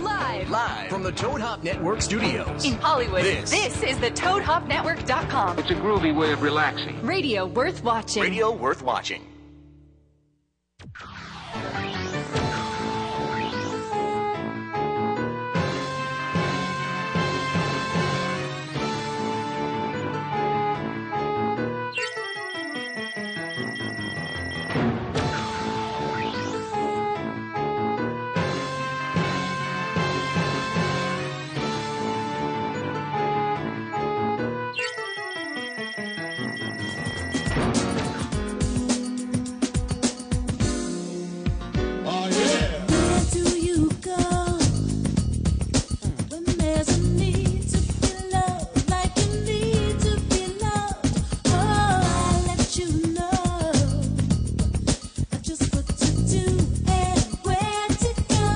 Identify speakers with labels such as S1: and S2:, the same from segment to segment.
S1: Live from the Toad Hop Network studios.
S2: In Hollywood,
S1: This.
S2: is the ToadHopNetwork.com.
S3: It's a groovy way of relaxing.
S2: Radio worth watching.
S1: Radio worth watching.
S4: Where do you go when there's a need to be loved, like you need to be loved? Oh, I let you know just what to do and where to go.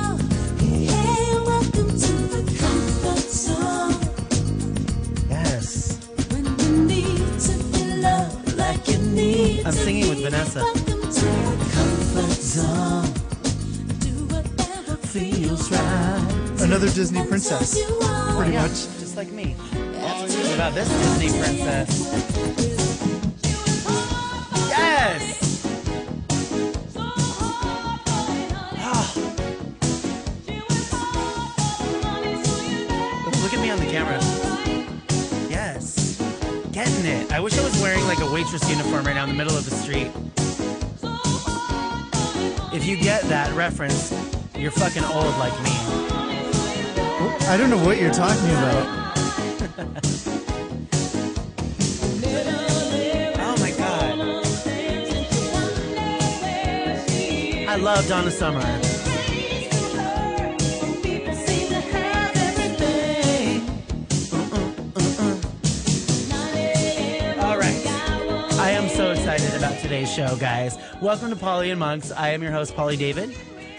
S4: Hey, welcome to the comfort zone.
S5: Yes.
S4: When you need to be loved, like you need to
S5: I'm singing with Vanessa.
S4: Welcome to the comfort zone. Do whatever feels right.
S5: Another Disney princess.
S4: You are.
S5: Pretty much. Just like me. What about this Disney princess? Yes!
S6: Ah.
S5: Look at me on the camera. Yes. Getting it. I wish I was wearing like a waitress uniform right now in the middle of the street. If you get that reference, you're fucking old like me.
S6: I don't know what you're talking about.
S5: Oh my god. I love Donna Summer. Uh-uh, All right. I am so excited about today's show, guys. Welcome to Polly and Monks. I am your host, Polly David.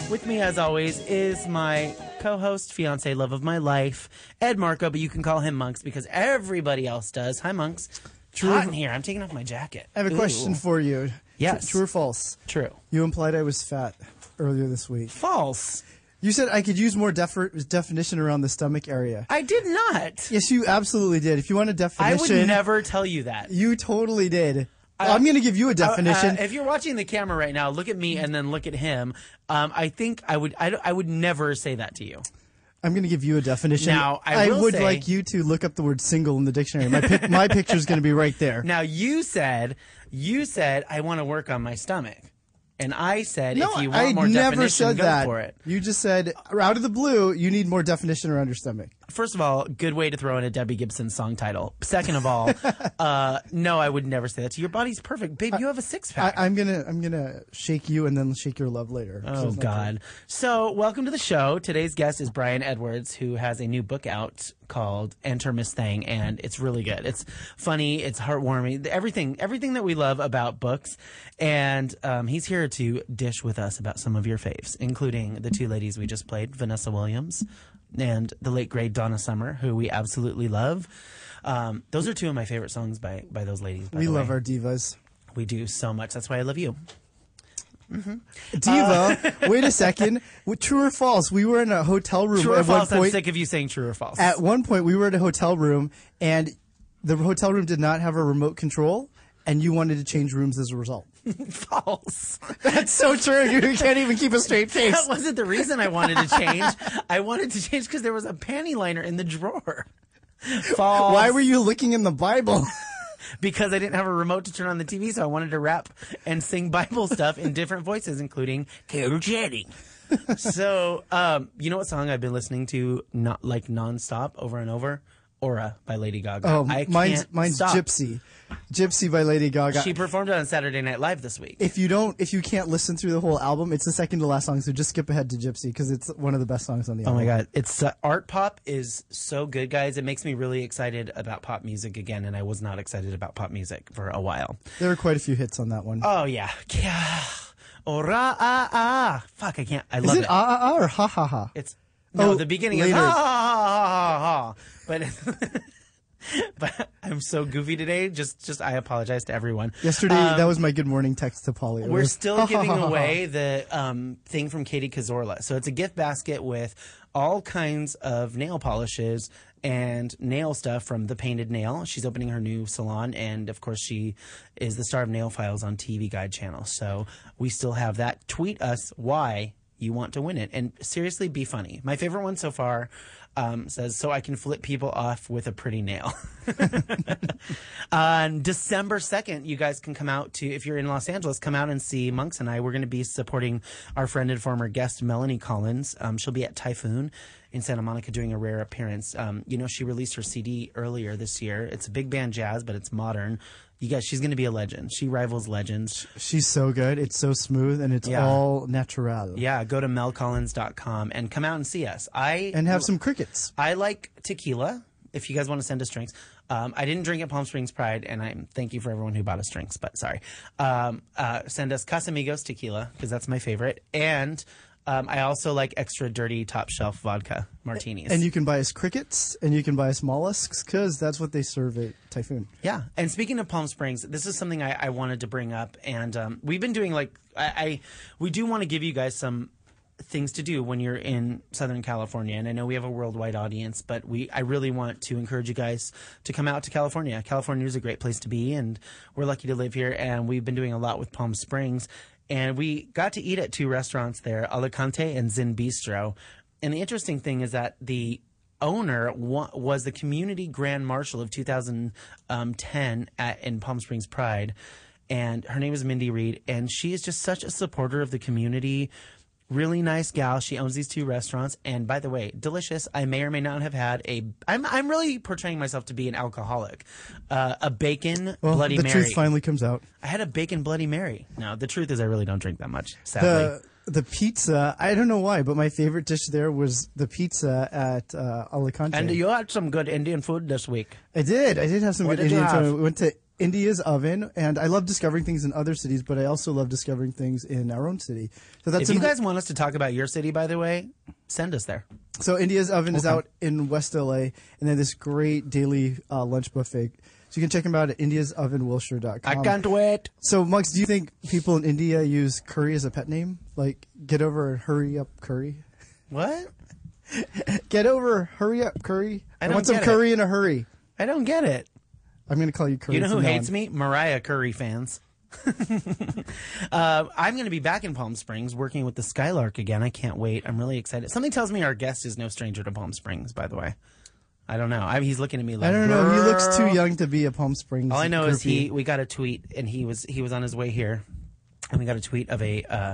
S5: With me, as always, is my co host, fiance, love of my life, Ed Marco, but you can call him Monks because everybody else does. Hi, Monks. True. Hot in here. I'm taking off my jacket.
S6: I have a question
S5: Ooh.
S6: for you. Tr-
S5: Yes.
S6: True or false?
S5: True.
S6: You implied I was fat earlier this week.
S5: False.
S6: You said I could use more defer- definition around the stomach area.
S5: I did not.
S6: Yes, you absolutely did. If you want a
S5: I
S6: definition,
S5: would never tell you that.
S6: You totally did. I'm going to give you a
S5: Uh, uh,
S6: definition.
S5: if you're watching the camera right now, look at me and then look at him. Um, I think I would I, don't- I would never say that to you.
S6: I'm going to give you a definition.
S5: Now, I will
S6: would
S5: say-
S6: like you to look up the word single in the dictionary. My, pic- my picture's going to be right there.
S5: Now you said you said I want to work on my stomach, and I said
S6: no,
S5: if you want
S6: I
S5: more
S6: never
S5: definition,
S6: said
S5: go
S6: that.
S5: for it.
S6: You just said, out of the blue, you need more definition around your stomach.
S5: First of all, good way to throw in a Debbie Gibson song title. Second of all, uh, no, I would never say that to you. Your body's perfect, babe. you have a six pack.
S6: I, I'm gonna I'm gonna shake you and then shake your love later.
S5: Oh God! So, welcome to the show. Today's guest is Brian Edwards, who has a new book out called "Enter Miss Thing," and it's really good. It's funny, it's heartwarming, everything, everything that we love about books. And um, he's here to dish with us about some of your faves, including the two ladies we just played, Vanessa Williams and the late great Donna Summer, who we absolutely love. Um, those are two of my favorite songs by by those ladies. By
S6: we
S5: the
S6: love
S5: way.
S6: our divas.
S5: We do so much. That's why I love you. Uh,
S6: Diva. wait a second. W- True or false? We were in a hotel room
S5: True or
S6: at
S5: false?
S6: one
S5: I'm
S6: point.
S5: sick of you saying true or false.
S6: At one point, we were at a hotel room, and the hotel room did not have a remote control, and you wanted to change rooms as a result.
S5: false.
S6: That's so true. You can't even keep a straight
S5: That
S6: face.
S5: wasn't the reason I wanted to change. I wanted to change because there was a panty liner in the drawer. False.
S6: Why were you looking in the Bible?
S5: Because I didn't have a remote to turn on the TV, so I wanted to rap and sing Bible stuff in different voices, including Carol Channing. so, um, you know what song I've been listening to not like nonstop over and over? Aura by Lady Gaga.
S6: Oh,
S5: I
S6: mine's
S5: can't
S6: mine's
S5: stop.
S6: Gypsy, Gypsy by Lady Gaga.
S5: She performed it on Saturday Night Live this week.
S6: if you don't, if you can't listen through the whole album, it's the second to last song. So just skip ahead to Gypsy because it's one of the best songs on the
S5: Oh
S6: album.
S5: my god, it's uh, art pop is so good, guys. It makes me really excited about pop music again, and I was not excited about pop music for a while.
S6: There were quite a few hits on that one.
S5: Oh yeah, yeah. Ora ah ah. Fuck, I can't. I
S6: Is
S5: love
S6: it
S5: it.
S6: ah ah ah or ha ha ha?
S5: It's no,
S6: Oh,
S5: the beginning is
S6: later.
S5: ah, ah, ah, ah, ah, ah. but but I'm so goofy today. Just, just I apologize to everyone.
S6: Yesterday, that was my good morning text to Polly. It
S5: Um, We're
S6: was,
S5: still giving away the um, thing from Katie Kazorla. So it's a gift basket with all kinds of nail polishes and nail stuff from The Painted Nail. She's opening her new salon, and of course, she is the star of Nail Files on TV Guide Channel. So we still have that. Tweet us why you want to win it, and seriously, be funny. My favorite one so far. Um, says so I can flip people off with a pretty nail. On December 2nd, you guys can come out to, if you're in Los Angeles, come out and see Monks and I. We're going to be supporting our friend and former guest, Melanie Collins. Um, she'll be at Typhoon in Santa Monica doing a rare appearance. Um, you know, she released her CD earlier this year. It's big band jazz, but it's modern. You guys, she's going to be a legend. She rivals legends.
S6: She's so good. It's so smooth and it's
S5: Yeah.
S6: all natural.
S5: Yeah, go to melcollins.com and come out and see us. I
S6: And have some crickets.
S5: I like tequila. If you guys want to send us drinks, um, I didn't drink at Palm Springs Pride, and I'm thank you for everyone who bought us drinks. But sorry, um, uh, send us Casamigos tequila because that's my favorite, and um, I also like extra dirty top shelf vodka martinis.
S6: And you can buy us crickets and you can buy us mollusks because that's what they serve at Typhoon.
S5: Yeah. And speaking of Palm Springs, this is something I, I wanted to bring up. And um, we've been doing like, I, I we do want to give you guys some things to do when you're in Southern California. And I know we have a worldwide audience, but we I really want to encourage you guys to come out to California. California is a great place to be, and we're lucky to live here. And we've been doing a lot with Palm Springs. And we got to eat at two restaurants there, Alicante and Zin Bistro. And the interesting thing is that the owner wa- was the community grand marshal of 2010 at, in Palm Springs Pride. And her name is Mindy Reed. And she is just such a supporter of the community. Really nice gal. She owns these two restaurants. And by the way, delicious. I may or may not have had a. I'm, I'm really portraying myself to be an alcoholic. Uh, a bacon
S6: Well,
S5: Bloody
S6: the
S5: Mary.
S6: truth finally comes out.
S5: I had a bacon Bloody Mary. No, the truth is, I really don't drink that much, sadly.
S6: The the pizza, I don't know why, but my favorite dish there was the pizza at uh, Alicante.
S5: and you had some good Indian food this week.
S6: I did. I did have some
S5: What
S6: good
S5: did you
S6: Indian
S5: have?
S6: food. We went to India's oven, and I love discovering things in other cities, but I also love discovering things in our own city. So that's
S5: If you
S6: in-
S5: guys want us to talk about your city, by the way, send us there.
S6: So India's Oven is out in West LA, and they have this great daily uh, lunch buffet. So you can check them out at indiasovenwilshire.com.
S5: I can't wait.
S6: So, Muggs, do you think people in India use curry as a pet name? Like, get over it, hurry up curry?
S5: What?
S6: Get over it, hurry up curry? I,
S5: don't
S6: want some
S5: get it.
S6: curry in a hurry.
S5: I don't get it.
S6: I'm going to call you curry.
S5: You know who
S6: from now
S5: hates
S6: on.
S5: me? Mariah Curry fans. uh, I'm going to be back in Palm Springs working with the Skylark again. I can't wait. I'm really excited. Something tells me our guest is no stranger to Palm Springs, by the way. I don't know. I mean, he's looking at me like
S6: I don't know. He looks too
S5: "Girl."
S6: young to be a Palm Springs.
S5: All I know is
S6: groupie.
S5: he. We got a tweet, and he was he was on his way here, and we got a tweet of a uh,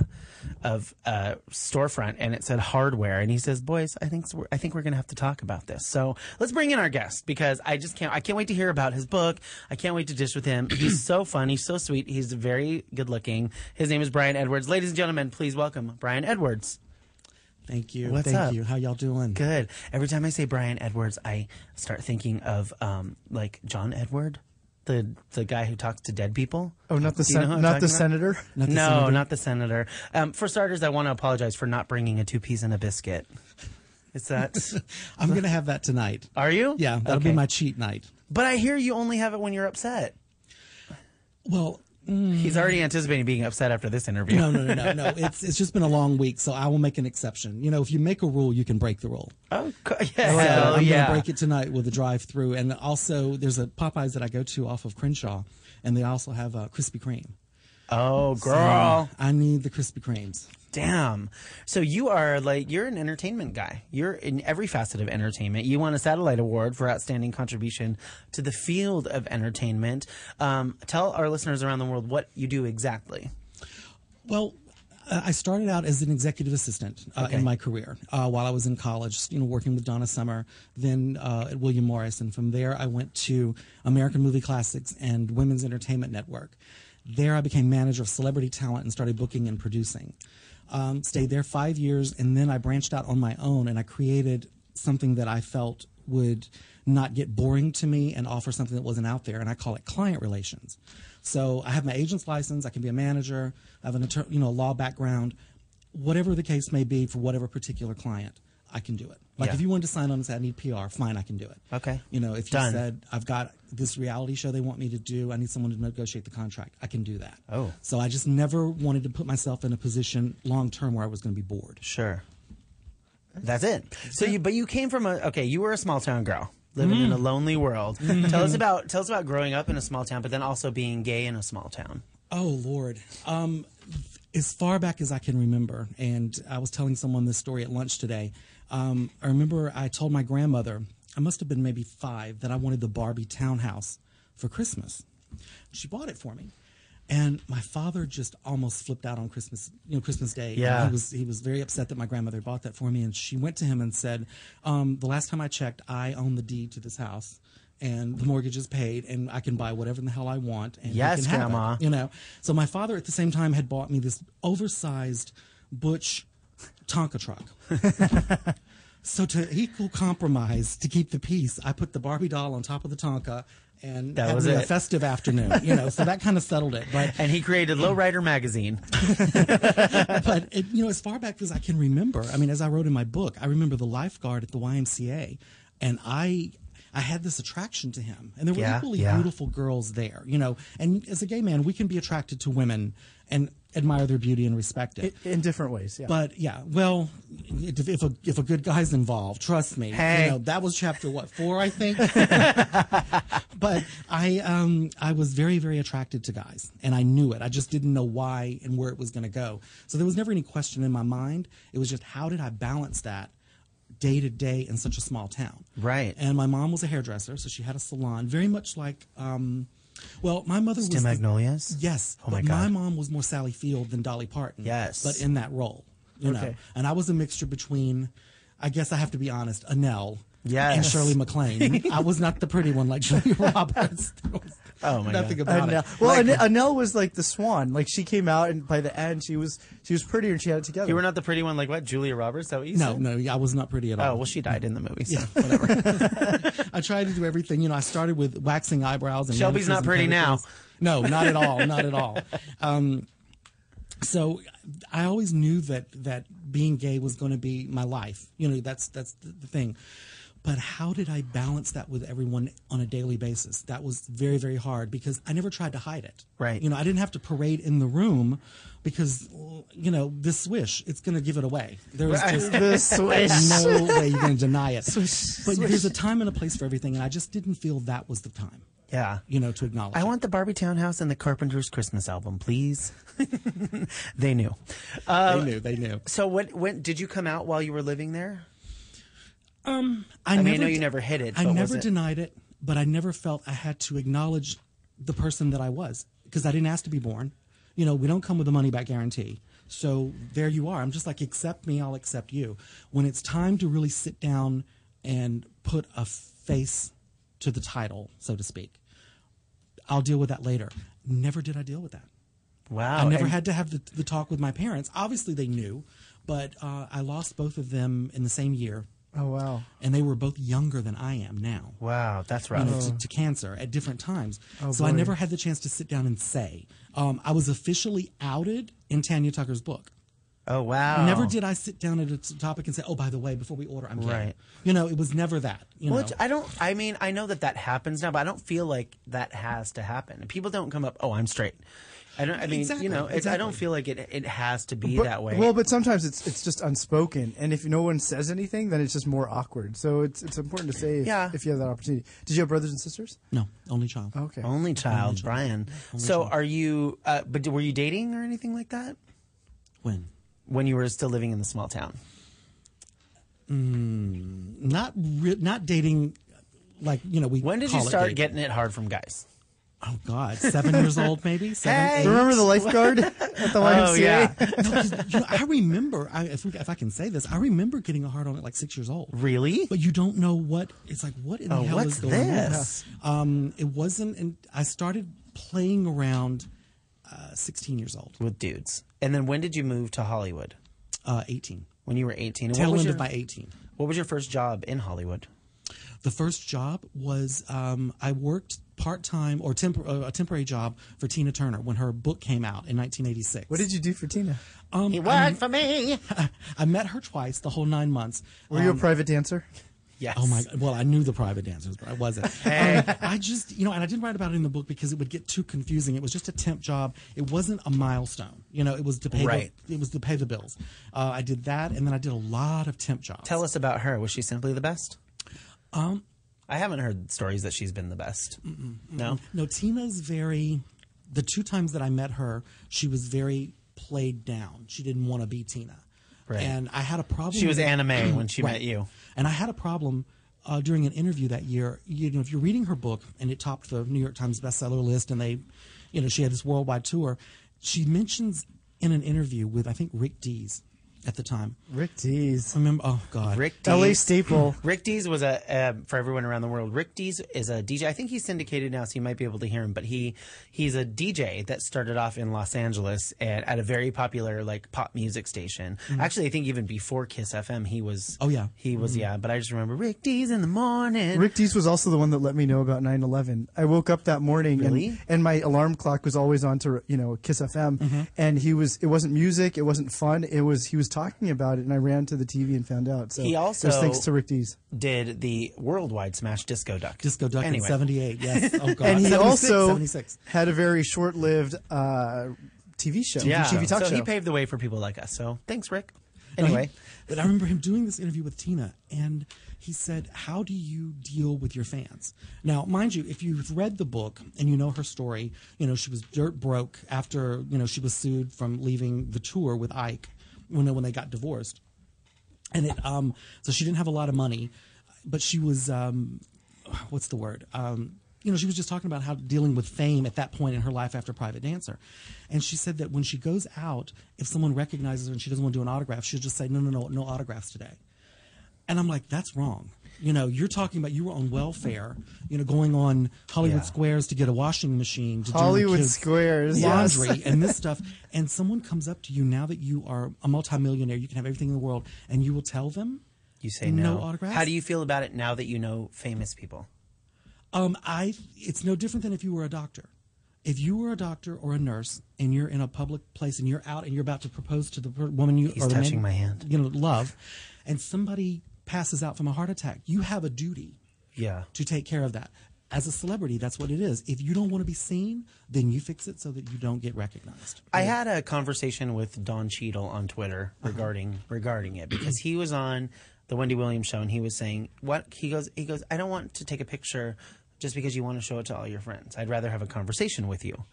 S5: of a storefront, and it said hardware, and he says, "Boys, I think we're, I think we're gonna have to talk about this." So let's bring in our guest because I just can't I can't wait to hear about his book. I can't wait to dish with him. He's so fun. He's so sweet. He's very good looking. His name is Brian Edwards. Ladies and gentlemen, please welcome Brian Edwards.
S3: Thank you.
S5: What's
S3: Thank
S5: up?
S3: you. How y'all doing?
S5: Good. Every time I say Brian Edwards, I start thinking of um, like John Edward, the the guy who talks to dead people.
S6: Oh, not the,
S5: Do you know
S6: sen-
S5: who I'm
S6: not the
S5: talking about?
S6: senator?
S5: no, not the senator. Um, for starters, I want to apologize for not bringing a two piece and a biscuit. Is that?
S3: I'm going to have that tonight.
S5: are you?
S3: Yeah, that'll be
S5: Okay.
S3: my cheat night.
S5: But I hear you only have it when you're upset.
S3: Well,
S5: He's already anticipating being upset after this interview.
S3: no, no, no, no, no. It's it's just been a long week, so I will make an exception. You know, if you make a rule, you can break the rule.
S5: Oh, co- yeah.
S3: So
S5: hell
S3: I'm
S5: yeah.
S3: going to break it tonight with a drive-through, and also there's a Popeyes that I go to off of Crenshaw, and they also have uh, Krispy Kreme.
S5: Oh,
S3: So
S5: girl.
S3: I need the Krispy Kremes.
S5: Damn. So you are like you're an entertainment guy. You're in every facet of entertainment. You won a satellite award for outstanding contribution to the field of entertainment. Um, tell our listeners around the world what you do exactly.
S3: Well, uh, I I started out as an executive assistant uh, in my career uh, while I was in college, you know, working with Donna Summer, then uh, at William Morris. And from there, I went to American Movie Classics and Women's Entertainment Network. There, I became manager of celebrity talent and started booking and producing. Um, stayed there five years, and then I branched out on my own and I created something that I felt would not get boring to me and offer something that wasn't out there. And I call it client relations. So I have my agent's license. I can be a manager. I have an attorney, you know, a law background, whatever the case may be for whatever particular client. I can do it. Like
S5: Yeah.
S3: if you wanted to sign on and say I need PR, fine, I can do it.
S5: Okay.
S3: You know, if you
S5: Done.
S3: said I've got this reality show they want me to do, I need someone to negotiate the contract, I can do that.
S5: Oh.
S3: So I just never wanted to put myself in a position long term where I was going to be bored.
S5: Sure. That's it. So you, but you came from a okay. You were a small town girl living in a
S3: Mm.
S5: lonely world. tell us about tell us about growing up in a small town, but then also being gay in a small town.
S3: Oh Lord. Um, as far back as I can remember, and I was telling someone this story at lunch today. Um, I remember I told my grandmother, I must have been maybe five, that I wanted the Barbie townhouse for Christmas. She bought it for me. And my father just almost flipped out on Christmas, you know, Christmas Day.
S5: Yeah.
S3: He was he was very upset that my grandmother bought that for me, and she went to him and said, um, "The last time I checked, I own the deed to this house, and the mortgage is paid, and I can buy whatever the hell I want." And you
S5: Yes,
S3: can have it,"
S5: Grandma.
S3: you know, so my father at the same time had bought me this oversized butch Tonka truck. so to equal compromise to keep the peace, I put the Barbie doll on top of the Tonka. And
S5: That
S3: had
S5: was
S3: me a
S5: it.
S3: festive afternoon, you know. So that kind of settled it. But
S5: And he created Lowrider magazine.
S3: but it, you know, as far back as I can remember, I mean, as I wrote in my book, I remember the lifeguard at the YMCA, and I. I had this attraction to him, and there were
S5: Yeah,
S3: equally
S5: yeah.
S3: beautiful girls there, you know. And as a gay man, we can be attracted to women and admire their beauty and respect it.
S6: in different ways. Yeah.
S3: but yeah, well, if if a, if a good guy's involved, trust me,
S5: Hey.
S3: you know that was chapter what four, I think. but I um I was very very attracted to guys and I knew it. I just didn't know why and where it was going to go. So there was never any question in my mind. It was just how did I balance that day to day in such a small town?
S5: Right.
S3: And my mom was a hairdresser, so she had a salon very much like um well, my mother
S5: Stem
S3: was the-
S5: Magnolias?
S3: yes.
S5: Oh my
S3: but
S5: God.
S3: My mom was more Sally Field than Dolly Parton.
S5: Yes.
S3: But in that role, you know.
S6: Okay.
S3: And I was a mixture between I guess I have to be honest, Anel
S5: Yes.
S3: and Shirley MacLaine. I was not the pretty one like Julia Roberts. There was
S5: Oh, my
S3: Nothing
S5: God.
S3: about
S6: Anel-
S3: it.
S6: well, Anel Anel was like the swan. Like she came out, and by the end, she was she was prettier, and she had it together.
S5: You were not the pretty one, like what Julia Roberts? Is That what you
S3: No,
S5: said?
S3: no, I was not pretty at all.
S5: Oh well, she died in the movie. So.
S3: I tried to do everything. You know, I started with waxing eyebrows and
S5: Shelby's
S3: manicures
S5: not
S3: and
S5: pretty now.
S3: pedicures. No, not at all. Not at all. Um, so I always knew that that being gay was going to be my life. You know, that's that's the, the thing. But how did I balance that with everyone on a daily basis? That was very very hard because I never tried to hide it.
S5: Right.
S3: You know, I didn't have to parade in the room because you know this swish it's going to give it away. There was just
S6: the swish.
S3: no way you're going to deny it. but there's a time and a place for everything, and I just didn't feel that was the time,
S5: Yeah.
S3: you know, to acknowledge.
S5: I
S3: it.
S5: want the Barbie Townhouse and the Carpenters Christmas album, please. they knew. Uh,
S3: They knew. They knew.
S5: so what? When did you come out while you were living there?
S3: I,
S5: mean, I know you never hid it,
S3: I
S5: but was
S3: never
S5: it-
S3: denied it, but I never felt I had to acknowledge the person that I was because I didn't ask to be born. You know, we don't come with a money back guarantee. So there you are. I'm just like, accept me, I'll accept you. When it's time to really sit down and put a face to the title, so to speak, I'll deal with that later. Never did I deal with that.
S5: Wow.
S3: I
S5: Oh,
S3: never
S5: and-
S3: had to have the, the talk with my parents. Obviously, they knew, but uh, I lost both of them in the same year,
S6: Oh wow.
S3: and they were both younger than I am now.
S5: Wow, that's
S3: You
S5: rough.
S3: know, to, to cancer at different times.
S5: Oh,
S3: so I
S6: boy.
S3: never had the chance to sit down and say. Um, I was officially outed in Tanya Tucker's book.
S5: Oh wow.
S3: Never did I sit down at a t- topic and say, "Oh, by the way, before we order, I'm gay."
S5: Right.
S3: You know, it was never that. You
S5: Well,
S3: know,
S5: it's- I don't. I mean, I know that that happens now, but I don't feel like that has to happen. People don't come up. Oh, I'm straight. I don't. I mean,
S3: Exactly,
S5: you know, it's, I don't
S3: exactly.
S5: feel like it. It has to be
S6: But-
S5: that way.
S6: Well, but sometimes it's it's just unspoken, and if no one says anything, then it's just more awkward. So it's it's important to say if,
S5: Yeah.
S6: if you have that opportunity. Did you have brothers and sisters?
S3: no, only child.
S5: Oh.
S6: Okay.
S5: only child, Brian. so, are you? Uh, but were you dating or anything like that
S3: When?
S5: when you were still living in the small town?
S3: Not re- not dating. Like you know, we.
S5: When did you
S3: call it
S5: start
S3: dating.
S5: getting it hard from guys?
S3: Oh God, seven years old maybe. Seven,
S5: Hey!
S3: eight?
S6: Remember the lifeguard at the
S5: Oh,
S3: Oh,
S6: YMCA?
S3: No, 'cause, you know, I remember. I, if, we- if I can say this, I remember getting a hard on at like six years old.
S5: Really?
S3: But you don't know what it's like. What in the
S5: Oh,
S3: hell
S5: what's
S3: is going
S5: this?
S3: on? Um, it wasn't. And I started playing around. Uh, 16 years old,
S5: with dudes. And then when did you move to Hollywood?
S3: uh, 18.
S5: When you were 18. And
S3: Tail
S5: what was
S3: end
S5: your,
S3: of my 18.
S5: What was your first job in Hollywood?
S3: The first job was um, I worked part time or temp- uh, a temporary job for Tina Turner when her book came out in 1986.
S6: What did you do for Tina?
S5: He worked for me.
S3: I met her twice the whole nine months. Um,
S6: Were
S5: Um,
S6: you a private dancer?
S5: Yes.
S3: Oh my! Well, I knew the private dancers, but I wasn't. Um, I just, you know, and I didn't write about it in the book because it would get too confusing. It was just a temp job. It wasn't a milestone. You know, it was to pay.
S5: Right.
S3: The, it was to pay the bills. Uh, I did that, and then I did a lot of temp jobs.
S5: Tell us about her. Was she simply the best? Um, I haven't heard stories that she's been the best. No.
S3: No, Tina's very. The two times that I met her, she was very played down. She didn't want to be Tina.
S5: Right.
S3: And I had a problem.
S5: She was
S3: with it.
S5: anime when she
S3: Right.
S5: met you.
S3: And I had a problem uh, during an interview that year. You know, if you're reading her book and it topped the New York Times bestseller list, and they, you know, she had this worldwide tour. She mentions in an interview with I think Rick Dees at the time.
S6: Rick Dees.
S3: Remember? Oh God,
S5: Rick Dees.
S6: LA staple.
S5: Rick Dees was a uh, for everyone around the world. Rick Dees is a DJ. I think he's syndicated now, so you might be able to hear him. But he he's a DJ that started off in Los Angeles at, at a very popular like pop music station. Actually, I think even before Kiss FM, he was.
S3: Mm-hmm. Oh, yeah.
S5: he was yeah. But I just remember Rick Dees in the morning.
S6: Rick Dees was also the one that let me know about 9/11. I woke up that morning
S5: Really?
S6: and, and my alarm clock was always on to you know Kiss FM,
S5: Mm-hmm.
S6: and he was it wasn't music, it wasn't fun, it was he was talking about it, and I ran to the TV and found out. So
S5: He
S6: it was
S5: also-
S6: thanks to Rick Dees,
S5: did the worldwide smash Disco Duck.
S3: Disco Duck
S5: Anyway.
S3: in '78. Yes. Oh God.
S6: and he
S3: 76,
S6: also
S3: 76.
S6: had a very short-lived uh, TV show,
S5: Yeah,
S6: TV talk
S5: so
S6: show.
S5: he paved the way for people like us. So thanks, Rick.
S3: No, he-
S5: Anyway,
S3: but I remember him doing this interview with Tina, and he said, "How do you deal with your fans?" Now, mind you, if you've read the book and you know her story, you know she was dirt broke after you know she was sued from leaving the tour with Ike when when they got divorced, and it um so she didn't have a lot of money, but she was um what's the word um. You know, she was just talking about how dealing with fame at that point in her life after Private Dancer. And she said that when she goes out, if someone recognizes her and she doesn't want to do an autograph, she'll just say, no, no, no, no autographs today. And I'm like, that's wrong. You know, you're talking about you were on welfare, you know, going on Hollywood
S5: Yeah.
S3: Squares to get a washing machine to do your
S6: Hollywood
S3: kids'
S6: Squares, yes.
S3: laundry and this stuff. And someone comes up to you now that you are a multimillionaire, you can have everything in the world, and you will tell them.
S5: you say no.
S3: No autographs?
S5: How do you feel about it now that you know famous people?
S3: Um, I it's no different than if you were a doctor. If you were a doctor or a nurse and you're in a public place and you're out and you're about to propose to the per- woman you
S5: He's
S3: or the
S5: touching
S3: man,
S5: my hand.
S3: you know, love, and somebody passes out from a heart attack, you have a duty
S5: Yeah.
S3: to take care of that. As a celebrity, that's what it is. If you don't want to be seen, then you fix it so that you don't get recognized.
S5: I had a conversation with Don Cheadle on Twitter regarding regarding it because he was on the Wendy Williams show and he was saying what he goes he goes I don't want to take a picture just because you want to show it to all your friends. I'd rather have a conversation with you.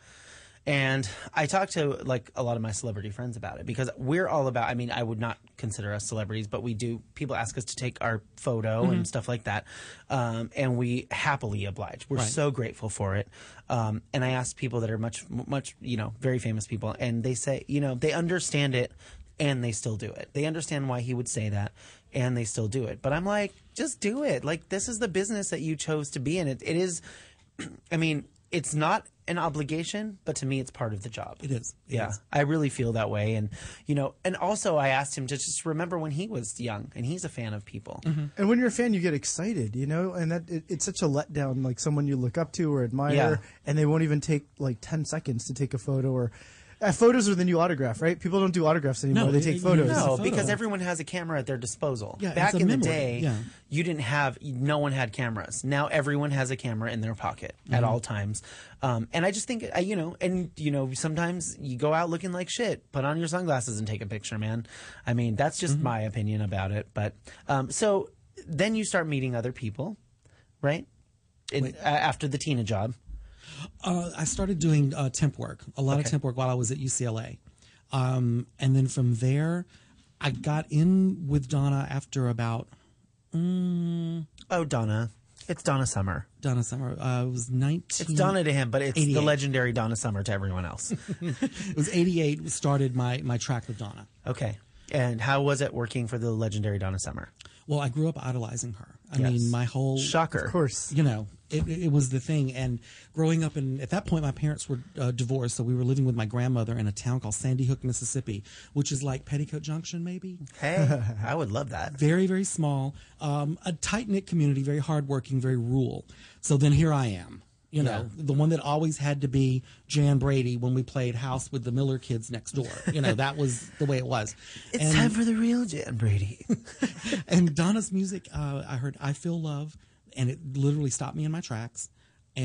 S5: And I talked to like a lot of my celebrity friends about it because we're all about I mean I would not consider us celebrities but we do people ask us to take our photo and stuff like that um, and we happily oblige. We're so grateful for it. Um, and I asked people that are much, much, you know, very famous people, and they say, you know, they understand it and they still do it. They understand why he would say that and they still do it. But I'm like, just do it. Like, this is the business that you chose to be in. It, it is, I mean, it's not an obligation, but to me, it's part of the job.
S3: It is. It
S5: yeah.
S3: is.
S5: I really feel that way. And, you know, and also I asked him to just remember when he was young and he's a fan of people.
S3: Mm-hmm.
S6: And when you're a fan, you get excited, you know, and that it, it's such a letdown. Like someone you look up to or admire,
S5: Yeah.
S6: and they won't even take like ten seconds to take a photo. Or uh, photos are the new autograph, right? People don't do autographs anymore;
S3: No,
S6: they take
S3: you-
S6: photos.
S3: It's a
S5: No,
S3: photo.
S5: because everyone has a camera at their disposal.
S3: Yeah,
S5: Back
S3: it's a
S5: in the
S3: memory.
S5: day,
S3: Yeah.
S5: you didn't have, no one had cameras. Now everyone has a camera in their pocket at
S3: Mm-hmm.
S5: all times. Um, and I just think, I, you know, and, you know, sometimes you go out looking like shit, put on your sunglasses and take a picture, man. I mean, that's
S3: Mm-hmm.
S5: just my opinion about it. But um, so then you start meeting other people, right? In, a- after the Tina job.
S3: Uh, I started doing uh, temp work, a lot of temp work while I was at UCLA. Um, and then from there, I got in with Donna after about
S5: Oh, Donna. It's Donna Summer.
S3: Donna Summer. Uh, it was 19.
S5: It's Donna to him, but it's the
S3: 88.
S5: legendary Donna Summer to everyone else.
S3: It was 88 started my, my track with Donna.
S5: Okay. And how was it working for the legendary Donna Summer?
S3: Well, I grew up idolizing her. I
S5: Yes.
S3: mean, my whole.
S5: Shocker.
S6: Of course.
S3: You know, it, it was the thing. And growing up, and at that point, my parents were uh, divorced. So we were living with my grandmother in a town called Sandy Hook, Mississippi, which is like Petticoat Junction, maybe?
S5: Hey, I would love that.
S3: very very small um, a tight knit community very hardworking very rural so then here i am You know, the one that always had to be Jan Brady when we played house with the Miller kids next door. You know, that was the way it was.
S5: It's
S3: And-
S5: time for the real Jan Brady.
S3: and Donna's music, uh, I heard I Feel Love, and it literally stopped me in my tracks.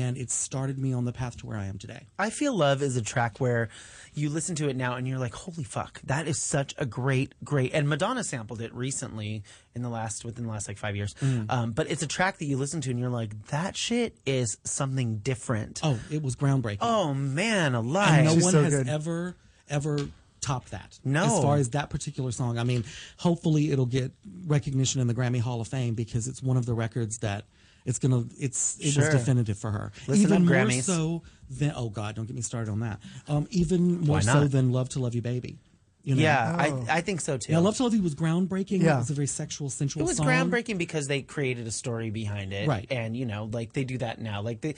S3: And it started me on the path to where I am today.
S5: I Feel Love is a track where you listen to it now and you're like, holy fuck, that is such a great, great. And Madonna sampled it recently in the last, within the last like five years.
S3: Mm.
S5: Um, but it's a track that you listen to and you're like, that shit is something different.
S3: Oh, it was groundbreaking.
S5: Oh, man, alive.
S3: and no
S6: she's
S3: one
S6: so
S3: has
S6: good.
S3: ever, ever topped that.
S5: No.
S3: As far as that particular song, I mean, hopefully it'll get recognition in the Grammy Hall of Fame because it's one of the records that it's gonna. It's it
S5: Sure.
S3: was definitive for her.
S5: Listen
S3: even
S5: up,
S3: more
S5: Grammys.
S3: so than oh god, don't get me started on that. Um, even more
S5: Why
S3: so
S5: not?
S3: than Love to Love You, Baby. You know?
S5: yeah, I, I think so too.
S3: Oh. Yeah, Love to Love You was groundbreaking.
S6: Yeah.
S3: It was a very sexual, sensual.
S5: It was
S3: song.
S5: groundbreaking because they created a story behind it,
S3: Right.
S5: And you know, like they do that now. Like the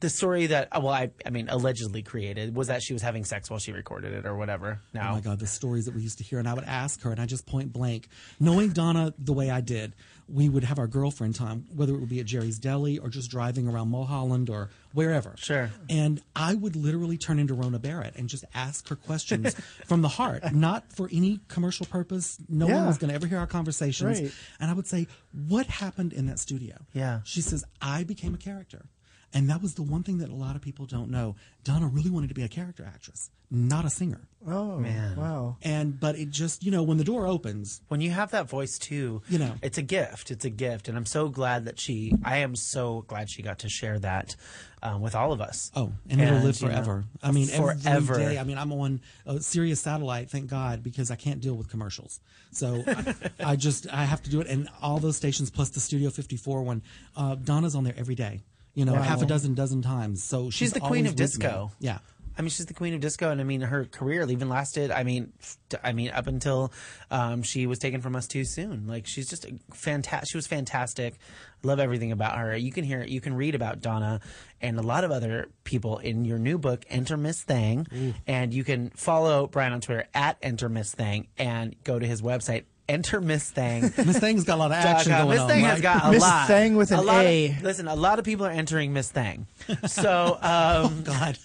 S5: the story that uh, well, I I mean, allegedly created was that she was having sex while she recorded it or whatever. Now,
S3: Oh my God, the stories that we used to hear. And I would ask her, and I just point blank, knowing Donna the way I did, we would have our girlfriend time, whether it would be at Jerry's Deli or just driving around Mulholland or wherever.
S5: Sure.
S3: And I would literally turn into Rona Barrett and just ask her questions from the heart, not for any commercial purpose. No one
S6: Yeah.
S3: was going to ever hear our conversations.
S6: Right.
S3: And I would say, What happened in that studio?
S5: Yeah.
S3: She says, I became a character. And that was the one thing that a lot of people don't know. Donna really wanted to be a character actress, not a singer.
S6: Oh,
S5: Man.
S6: wow.
S3: And but it just you know when the door opens,
S5: when you have that voice too,
S3: You know.
S5: it's a gift. It's a gift, and I'm so glad that she. I am so glad she got to share that um, with all of us.
S3: oh, and, it'll live
S5: you know,
S3: forever. I mean,
S5: forever.
S3: Every day, I mean, I'm on uh, Sirius Satellite, thank God, because I can't deal with commercials. So I, I just I have to do it, and all those stations plus the Studio 54 one. Uh, Donna's on there every day. You know, half a dozen dozen times. So she's,
S5: She's the queen of
S3: always with me.
S5: disco.
S3: Yeah.
S5: I mean, she's the queen of disco, and I mean, her career even lasted. I mean, f- I mean, up until um, she was taken from us too soon. Like, she's just fantastic. She was fantastic. Love everything about her. You can hear, you can read about Donna and a lot of other people in your new book, Enter Miss Thang, and you can follow Brian on Twitter at Enter Miss Thang and go to his website, Enter Miss Thang.
S3: Miss Thing's got a lot of action
S5: Dot com.
S3: going
S5: uh, Miss
S3: on.
S5: Thang
S3: right?
S5: has got a
S6: Miss
S5: lot.
S6: Thang with an
S5: a lot of-
S6: A.
S5: listen, a lot of people are entering Miss Thang. So, um,
S3: God.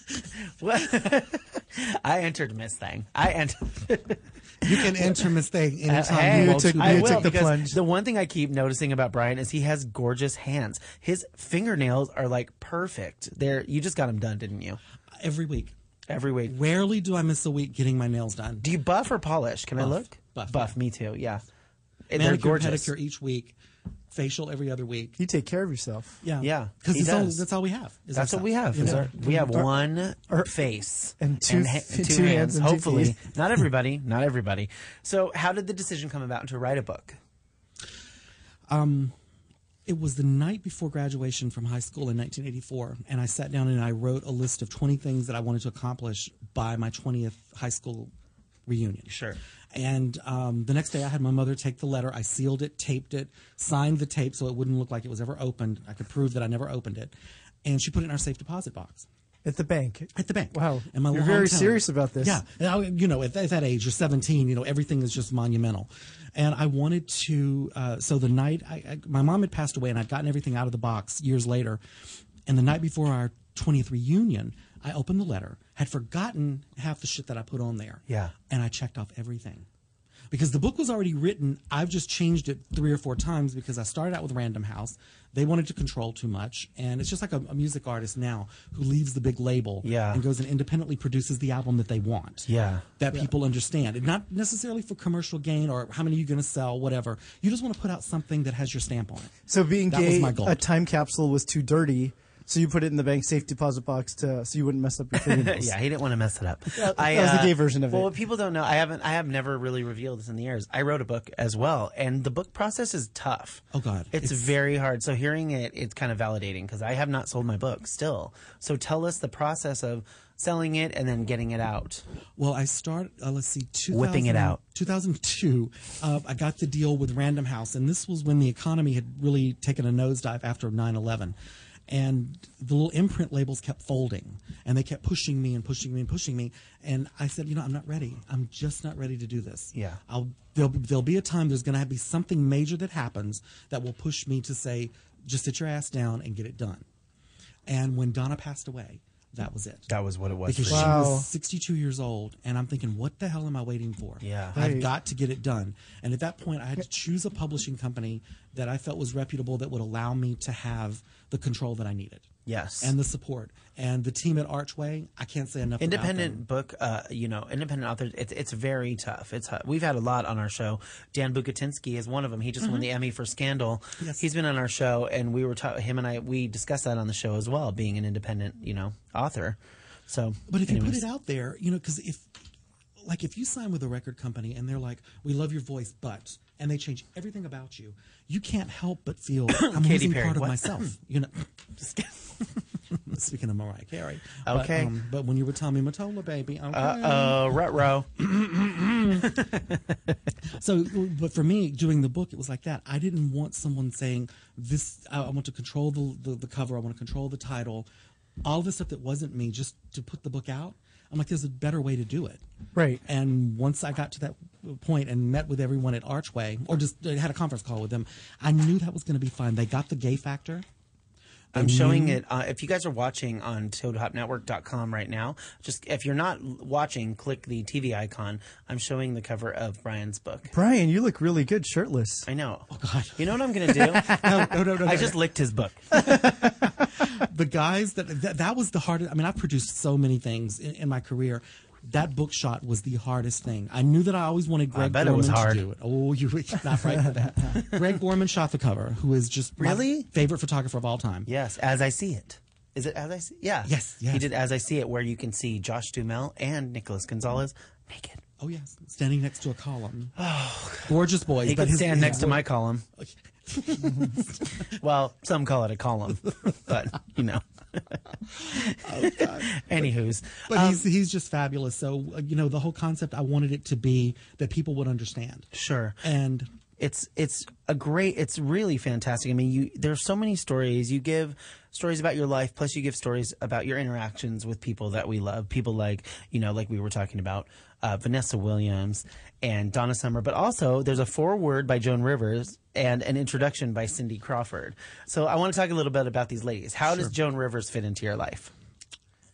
S5: what? I entered Miss Thing. I entered.
S3: You can enter Miss Thing anytime
S5: Hey,
S3: you want
S6: took-
S3: to.
S5: I
S6: you
S5: will,
S6: took the
S5: because
S6: plunge.
S5: The one thing I keep noticing about Brian is he has gorgeous hands. His fingernails are like perfect. They're you just got them done, didn't you?
S3: every week.
S5: Every week.
S3: Rarely do I miss a week getting my nails done.
S5: Do you buff or polish? Can I look?
S3: Buff, yeah.
S5: Me too. Yeah. And They're
S3: manicure,
S5: gorgeous.
S3: pedicure each week, facial every other week.
S6: You take care of yourself.
S3: Yeah,
S5: Yeah,
S3: Because
S5: he
S3: that's all,
S5: does.
S3: that's all we have. is
S5: That's what
S3: ourselves,
S5: we have.
S3: you
S5: is
S3: know?
S5: our- we have one face
S6: and two f-
S5: and
S6: two hands and two
S5: hopefully,
S6: feet.
S5: not everybody. Not everybody. So, how did the decision come about to write a book?
S3: It was the night before graduation from high school in 1984, and I sat down and I wrote a list of 20 things that I wanted to accomplish by my 20th high school reunion.
S5: Sure.
S3: And um, the next day, I had my mother take the letter. I sealed it, taped it, signed the tape so it wouldn't look like it was ever opened. I could prove that I never opened it, and she put it in our safe deposit box.
S6: At the bank.
S3: at the bank.
S6: Wow.
S3: And my
S6: You're
S3: little
S6: very
S3: hometown-
S6: serious about this.
S3: Yeah. And I, you know, at, at that age, you're 17, you know, everything is just monumental. And I wanted to, uh, so the night I, I, my mom had passed away and I'd gotten everything out of the box years later. And the night before our 20th reunion, I opened the letter, had forgotten half the shit that I put on there.
S5: Yeah.
S3: And I checked off everything. Because the book was already written, I've just changed it three or four times because I started out with Random House. They wanted to control too much. And it's just like a, a music artist now who leaves the big label
S5: Yeah.
S3: and goes and independently produces the album that they want.
S5: Yeah.
S3: That people understand. And not necessarily for commercial gain or how many you're going to sell, whatever. You just want to put out something that has your stamp on it.
S6: So being
S3: That was
S6: gay,
S3: my goal.
S6: a time capsule was too dirty, so you put it in the bank safe deposit box to so you wouldn't mess up your fingernails.
S5: Yeah, he didn't want to mess it up. uh,
S6: that was the gay version of
S5: well,
S6: it.
S5: what people don't know, I haven't, I have never really revealed this in the years. I wrote a book as well, and the book process is tough.
S3: Oh, God.
S5: it's,
S3: It's-
S5: very hard. So hearing it, it's kind of validating because I have not sold my book still. So tell us the process of selling it and then getting it out.
S3: Well, I start. Uh, let's see, 2000,
S5: Whipping it out.
S3: 2002. Uh, I got the deal with Random House, and this was when the economy had really taken a nosedive after 9/11, and the little imprint labels kept folding, and they kept pushing me and pushing me and pushing me, and I said, you know, I'm not ready. I'm just not ready to do this.
S5: Yeah.
S3: I'll there'll be, there'll be a time there's going to be something major that happens that will push me to say, just sit your ass down and get it done. And when Donna passed away, that was it.
S5: That was what it was.
S3: because
S5: for you.
S3: she
S6: Wow.
S3: was 62 years old, and I'm thinking, what the hell am I waiting for?
S5: Yeah.
S3: I've
S6: Right.
S3: got to get it done. And at that point, I had to choose a publishing company that I felt was reputable that would allow me to have the control that I needed.
S5: Yes.
S3: and the support and the team at Archway. I can't say enough. about them.
S5: independent book uh, you know independent authors it's, it's very tough it's hu- we've had a lot on our show dan bukatinsky is one of them he just won the emmy for scandal
S3: Mm-hmm. Yes.
S5: he's been on our show and we were ta- him and i we discussed that on the show as well being an independent you know author so
S3: But if you put
S5: anyways.
S3: it out there, you know, because if, like, if you sign with a record company and they're like, "We love your voice, but," and they change everything about you, you can't help but feel I'm
S5: Katy
S3: losing
S5: Perry,
S3: part of
S5: what?
S3: myself. You know. Just kidding. Speaking of Mariah Carey, But,
S5: Okay.
S3: um, but when you were Tommy Mottola, baby, okay.
S5: uh rutro
S3: So, but for me, doing the book, it was like that. I didn't want someone saying this. I, I want to control the, the the cover. I want to control the title. All this stuff that wasn't me, just to put the book out. I'm like, there's a better way to do it.
S6: Right.
S3: And once I got to that point and met with everyone at Archway, or just uh, had a conference call with them, I knew that was going to be fun. They got the gay factor.
S5: I'm
S3: Mm-hmm.
S5: showing it. Uh, if you guys are watching on ToadHopNetwork.com right now, just if you're not l- watching, click the TV icon. I'm showing the cover of Brian's book.
S6: Brian, you look really good shirtless.
S5: I know. Oh
S3: God.
S5: You know what I'm gonna do?
S3: No, no, no, no.
S5: I
S3: no.
S5: just licked his book.
S3: the guys that, that that was the hardest. I mean, I produced so many things in, in my career. That book shot was the hardest thing. I knew that I always wanted Greg
S5: bet it
S3: Gorman
S5: was hard.
S3: to do it. Oh, you were not right for that. Greg Gorman shot the cover, who is just my
S5: Really?
S3: favorite photographer of all time.
S5: Yes, as I see it. Is it as I see? Yeah.
S3: Yes, yes.
S5: He did as I see it, where you can see Josh Dumel and Nicholas Gonzalez naked.
S3: Oh yes, standing next to a column. Gorgeous boys.
S5: Oh, He
S3: but
S5: could
S3: his-
S5: stand
S3: his
S5: next to
S3: work-
S5: my column. well, some call it a column, but you know. Anywho's,
S3: Oh,
S5: Um,
S3: But he's he's just fabulous. So uh, you know the whole concept. I wanted it to be that people would understand.
S5: sure.
S3: And
S5: it's it's a great it's really fantastic i mean you there's so many stories you give stories about your life plus you give stories about your interactions with people that we love people like you know like we were talking about uh, vanessa williams and donna summer but also there's a foreword by joan rivers and an introduction by cindy crawford so i want to talk a little bit about these ladies how does joan rivers fit into your life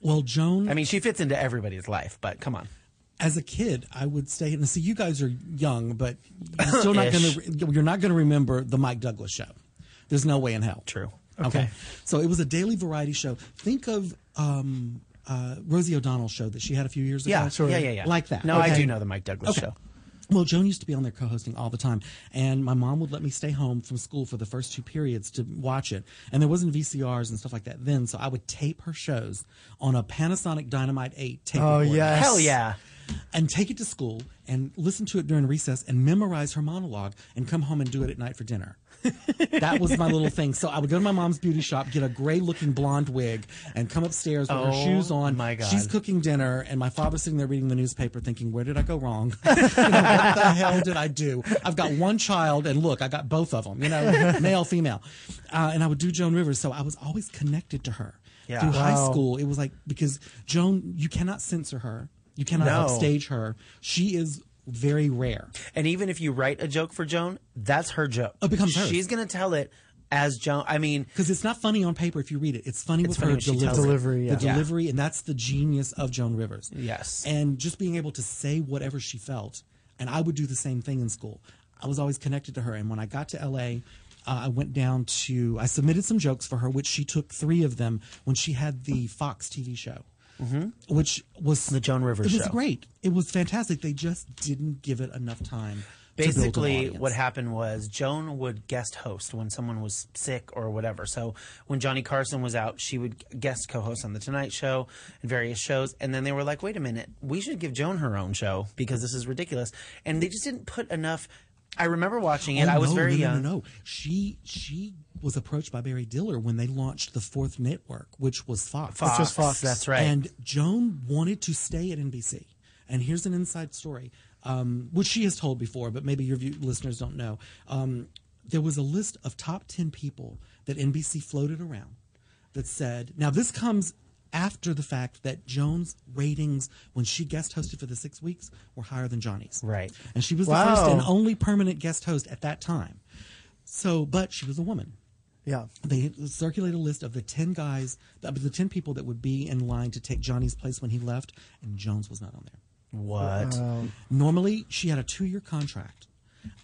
S3: well, Joan.
S5: i mean she fits into everybody's life but come on
S3: as a kid, I would stay and see. You guys are young, but you're still not
S5: Ish.
S3: going to. You're not going to remember the Mike Douglas show. There's no way in hell.
S5: True.
S3: Okay. So it was a daily variety show. Think of um, uh, Rosie O'Donnell's show that she had a few years ago.
S5: yeah yeah yeah yeah
S3: Like that.
S5: no i
S3: Okay.
S5: do know the mike douglas
S3: Okay.
S5: show
S3: Well, Joan used to be on there co-hosting all the time, and my mom would let me stay home from school for the first two periods to watch it. And there wasn't VCRs and stuff like that then, so I would tape her shows on a Panasonic Dynamite 8 tape
S6: Oh,
S3: recorder
S6: yes.
S5: hell yeah
S3: and take it to school and listen to it during recess and memorize her monologue and come home and do it at night for dinner. that was my little thing. So I would go to my mom's beauty shop, get a gray looking blonde wig, and come upstairs with her
S5: Oh,
S3: shoes on.
S5: my God.
S3: She's cooking dinner, and my father's sitting there reading the newspaper thinking, Where did I go wrong? You know, what the hell did I do? I've got one child, and look, I got both of them, you know, male, female. Uh, and I would do Joan Rivers. So I was always connected to her.
S5: Yeah.
S3: Through high
S6: Wow.
S3: school, it was like, because Joan, you cannot censor her. You cannot
S5: No.
S3: upstage her. She is very rare.
S5: And even if you write a joke for Joan, that's her joke.
S3: Oh, It becomes hers.
S5: She's gonna tell it as Joan. I mean,
S3: Because it's not funny on paper if you read it. It's funny with
S5: funny
S3: her
S5: when she
S3: delivery.
S5: tells it.
S6: Delivery, yeah.
S3: The
S5: Yeah.
S3: delivery, and that's the genius of Joan Rivers.
S5: Yes.
S3: And just being able to say whatever she felt. And I would do the same thing in school. I was always connected to her. And when I got to LA, uh, I went down to, I submitted some jokes for her, which she took three of them when she had the Fox TV show. Which was
S5: Mm-hmm. The Joan Rivers
S3: It was
S5: show.
S3: great. It was fantastic. They just didn't give it enough time. to build an
S5: basically,
S3: audience.
S5: what happened was Joan would guest host when someone was sick or whatever. So when Johnny Carson was out, she would guest co-host on the Tonight Show and various shows. And then they were like, "Wait a minute, we should give Joan her own show because this is ridiculous." And they just didn't put enough. I remember watching it.
S3: Oh,
S5: I was
S3: no,
S5: very
S3: no, no,
S5: young.
S3: No, no, she she was approached by Barry Diller when they launched the fourth network, which was Fox.
S5: Fox,
S6: was Fox.
S5: That's right.
S3: And Joan wanted to stay at NBC. And here's an inside story, um, which she has told before, but maybe your view- listeners don't know. Um, there was a list of top ten people that NBC floated around that said, now this comes after the fact that Joan's ratings when she guest hosted for the six weeks were higher than Johnny's.
S5: Right.
S3: And she was the
S6: Wow.
S3: first and only permanent guest host at that time. So, but she was a woman.
S6: Yeah.
S3: they circulated a list of the 10 guys, the, the 10 people that would be in line to take Johnny's place when he left, and Jones was not on there.
S5: What?
S3: Normally, she had a two year contract.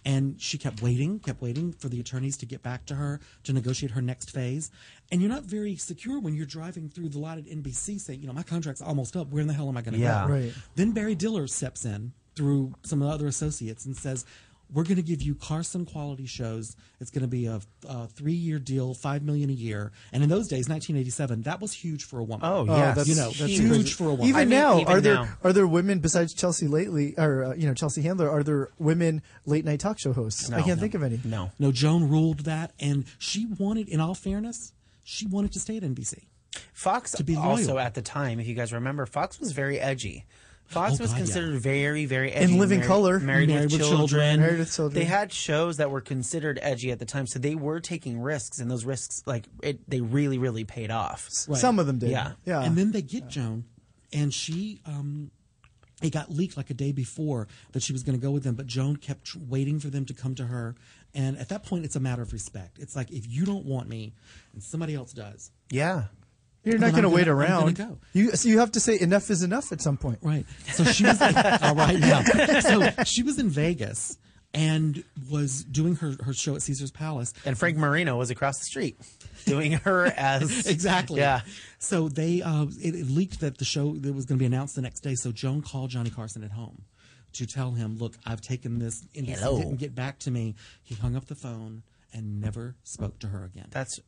S3: And she kept waiting, kept waiting for the attorneys to get back to her to negotiate her next phase. And you're not very secure when you're driving through the lot at NBC saying, you know, my contract's almost up. Where in the hell am I going to
S5: Yeah.
S3: go?
S6: Right.
S3: Then Barry Diller steps in through some of the other associates and says, "We're going to give you Carson quality shows. It's going to be a, a three-year deal, five million a year." And in those days, 1987, that was huge for a woman.
S5: Oh,
S6: Oh,
S5: yes.
S6: that's,
S3: You know,
S6: that's
S3: huge
S6: crazy.
S3: for a woman.
S6: Even
S5: I mean,
S6: now,
S5: even
S6: are there
S5: now.
S6: are there women besides Chelsea lately, or uh, you know Chelsea Handler? Are there women late night talk show hosts? I can't think of any.
S5: No.
S3: No, Joan ruled that, and she wanted. In all fairness, she wanted to stay at NBC.
S5: Fox
S3: be
S5: also
S3: loyal.
S5: at the time, if you guys remember, Fox was very edgy. Fox
S3: Oh,
S5: was
S3: God, yeah.
S5: considered very, very edgy.
S6: Living
S5: Married-
S6: Colour.
S5: married,
S3: Married
S5: with,
S3: with
S5: children.
S3: Children.
S6: Married with Children.
S5: They had shows that were considered edgy at the time, so they were taking risks, and those risks, like it, they really, really paid off.
S6: Some of them did.
S5: Yeah.
S6: yeah.
S3: And then they get Joan, and she, um, it got leaked like a day before that she was going to go with them, but Joan kept tr- waiting for them to come to her. And at that point, it's a matter of respect. It's like, if you don't want me and somebody else does,
S5: Yeah,
S6: You're not going
S3: Then
S6: to
S3: I'm
S6: wait
S3: gonna- I'm
S6: around.
S3: gonna go.
S6: You so you have to say enough is enough at some point.
S3: Right. So she was all right. Yeah. So she was in Vegas and was doing her, her show at Caesar's Palace.
S5: and Frank Marino was across the street doing her as
S3: Exactly.
S5: Yeah,
S3: So they uh, it, it leaked that the show that was going to be announced the next day. So Joan called Johnny Carson at home to tell him, "Look, I've taken this. And he
S5: Hello.
S3: didn't get back to me. He hung up the phone and never spoke to her again."
S5: that's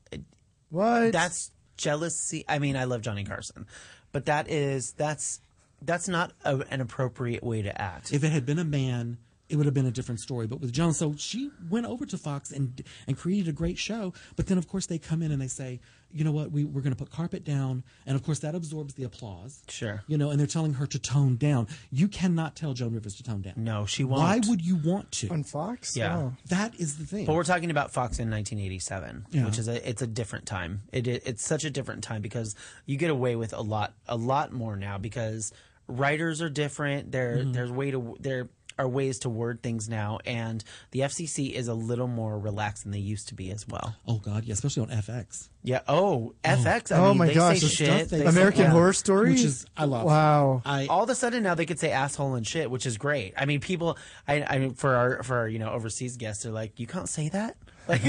S6: What?
S5: that's jealousy. I mean, I love Johnny Carson, but that is that's that's not a, an appropriate way to act.
S3: if it had been a man, it would have been a different story. But with Joan, so she went over to Fox and and created a great show. But then, of course, they come in and they say, you know what, we we're going to put carpet down, and of course that absorbs the applause.
S5: Sure.
S3: You know, and they're telling her to tone down. You cannot tell Joan Rivers to tone down.
S5: No, she
S3: Why
S5: won't.
S3: would you want to?
S6: on Fox.
S5: Yeah.
S6: Oh.
S3: That is the thing.
S5: But we're talking about Fox in 1987,
S3: Yeah.
S5: which is a it's a different time. It, it it's such a different time because you get away with a lot a lot more now because writers are different. There there's way to there are ways to word things now, and the FCC is a little more relaxed than they used to be as well.
S3: oh God, yeah, especially on FX,
S5: Yeah. Oh, FX. I
S6: Oh
S5: mean,
S6: my
S5: they
S6: gosh,
S5: say
S6: the
S3: stuff
S5: shit.
S3: they
S5: they
S3: say.
S5: say-
S6: American
S5: yeah.
S6: Horror Story,
S3: which is I love.
S6: Wow.
S3: I
S5: all of a sudden now they could say asshole and shit, which is great. I mean, people. I, I mean, for our for our, you know overseas guests, they're like, you can't say that. Like,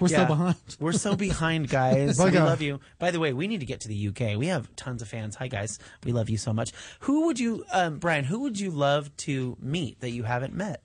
S3: we're so behind.
S5: We're so behind, guys. we
S6: Bug out.
S5: love you. By the way, we need to get to the UK. We have tons of fans. Hi, guys. We love you so much. Who would you, um, Brian? Who would you love to meet that you haven't met?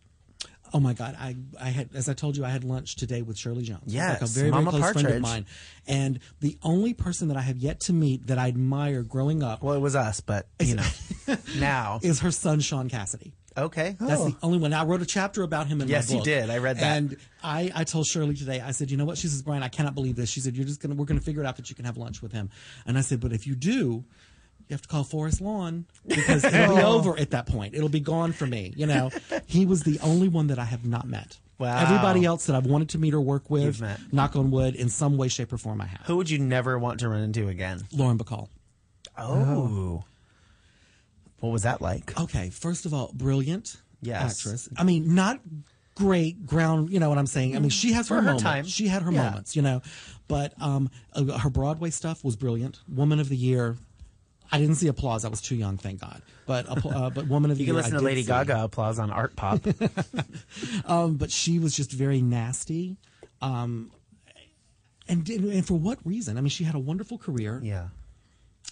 S3: Oh my God! I I had, as I told you, I had lunch today with Shirley Jones. She's like a
S5: Yes,
S3: very
S5: Mama
S3: very close friend
S5: Partridge.
S3: of mine, and the only person that I have yet to meet that I admire growing up
S5: Well, it was us, but you know, now
S3: is her son Sean Cassidy.
S5: okay.
S3: That's the only one. I wrote a chapter about him in
S5: Oh. Yes,
S3: my
S5: you
S3: book.
S5: did. I read that.
S3: And I, I told Shirley today. I said, you know what? She says, Brian, I cannot believe this. She said, you're just gonna we're gonna figure it out that you can have lunch with him. And I said, but if you do. You have to call Forest Lawn because it'll
S5: Oh.
S3: be over at that point. It'll be gone for me. You know, he was the only one that I have not met.
S5: Wow.
S3: Everybody else that I've wanted to meet or work with,
S5: met.
S3: knock on wood, in some way, shape, or form, I have.
S5: Who would you never want to run into again?
S3: Lauren Bacall.
S5: Oh. What was that like?
S3: Okay, first of all, brilliant
S5: Yes.
S3: actress. I mean, not great ground, you know what I'm saying? I mean, she has her,
S5: her
S3: moments.
S5: time.
S3: She had her
S5: Yeah.
S3: moments, you know. But um uh, her Broadway stuff was brilliant. Woman of the Year. I didn't see applause. I was too young, thank God. But appl- uh, but Woman of the
S5: You
S3: Year.
S5: can
S3: I
S5: listen to
S3: did
S5: Lady
S3: see.
S5: Gaga applause on Art Pop.
S3: Um, but she was just very nasty. Um and, and for what reason? I mean, she had a wonderful career.
S5: yeah.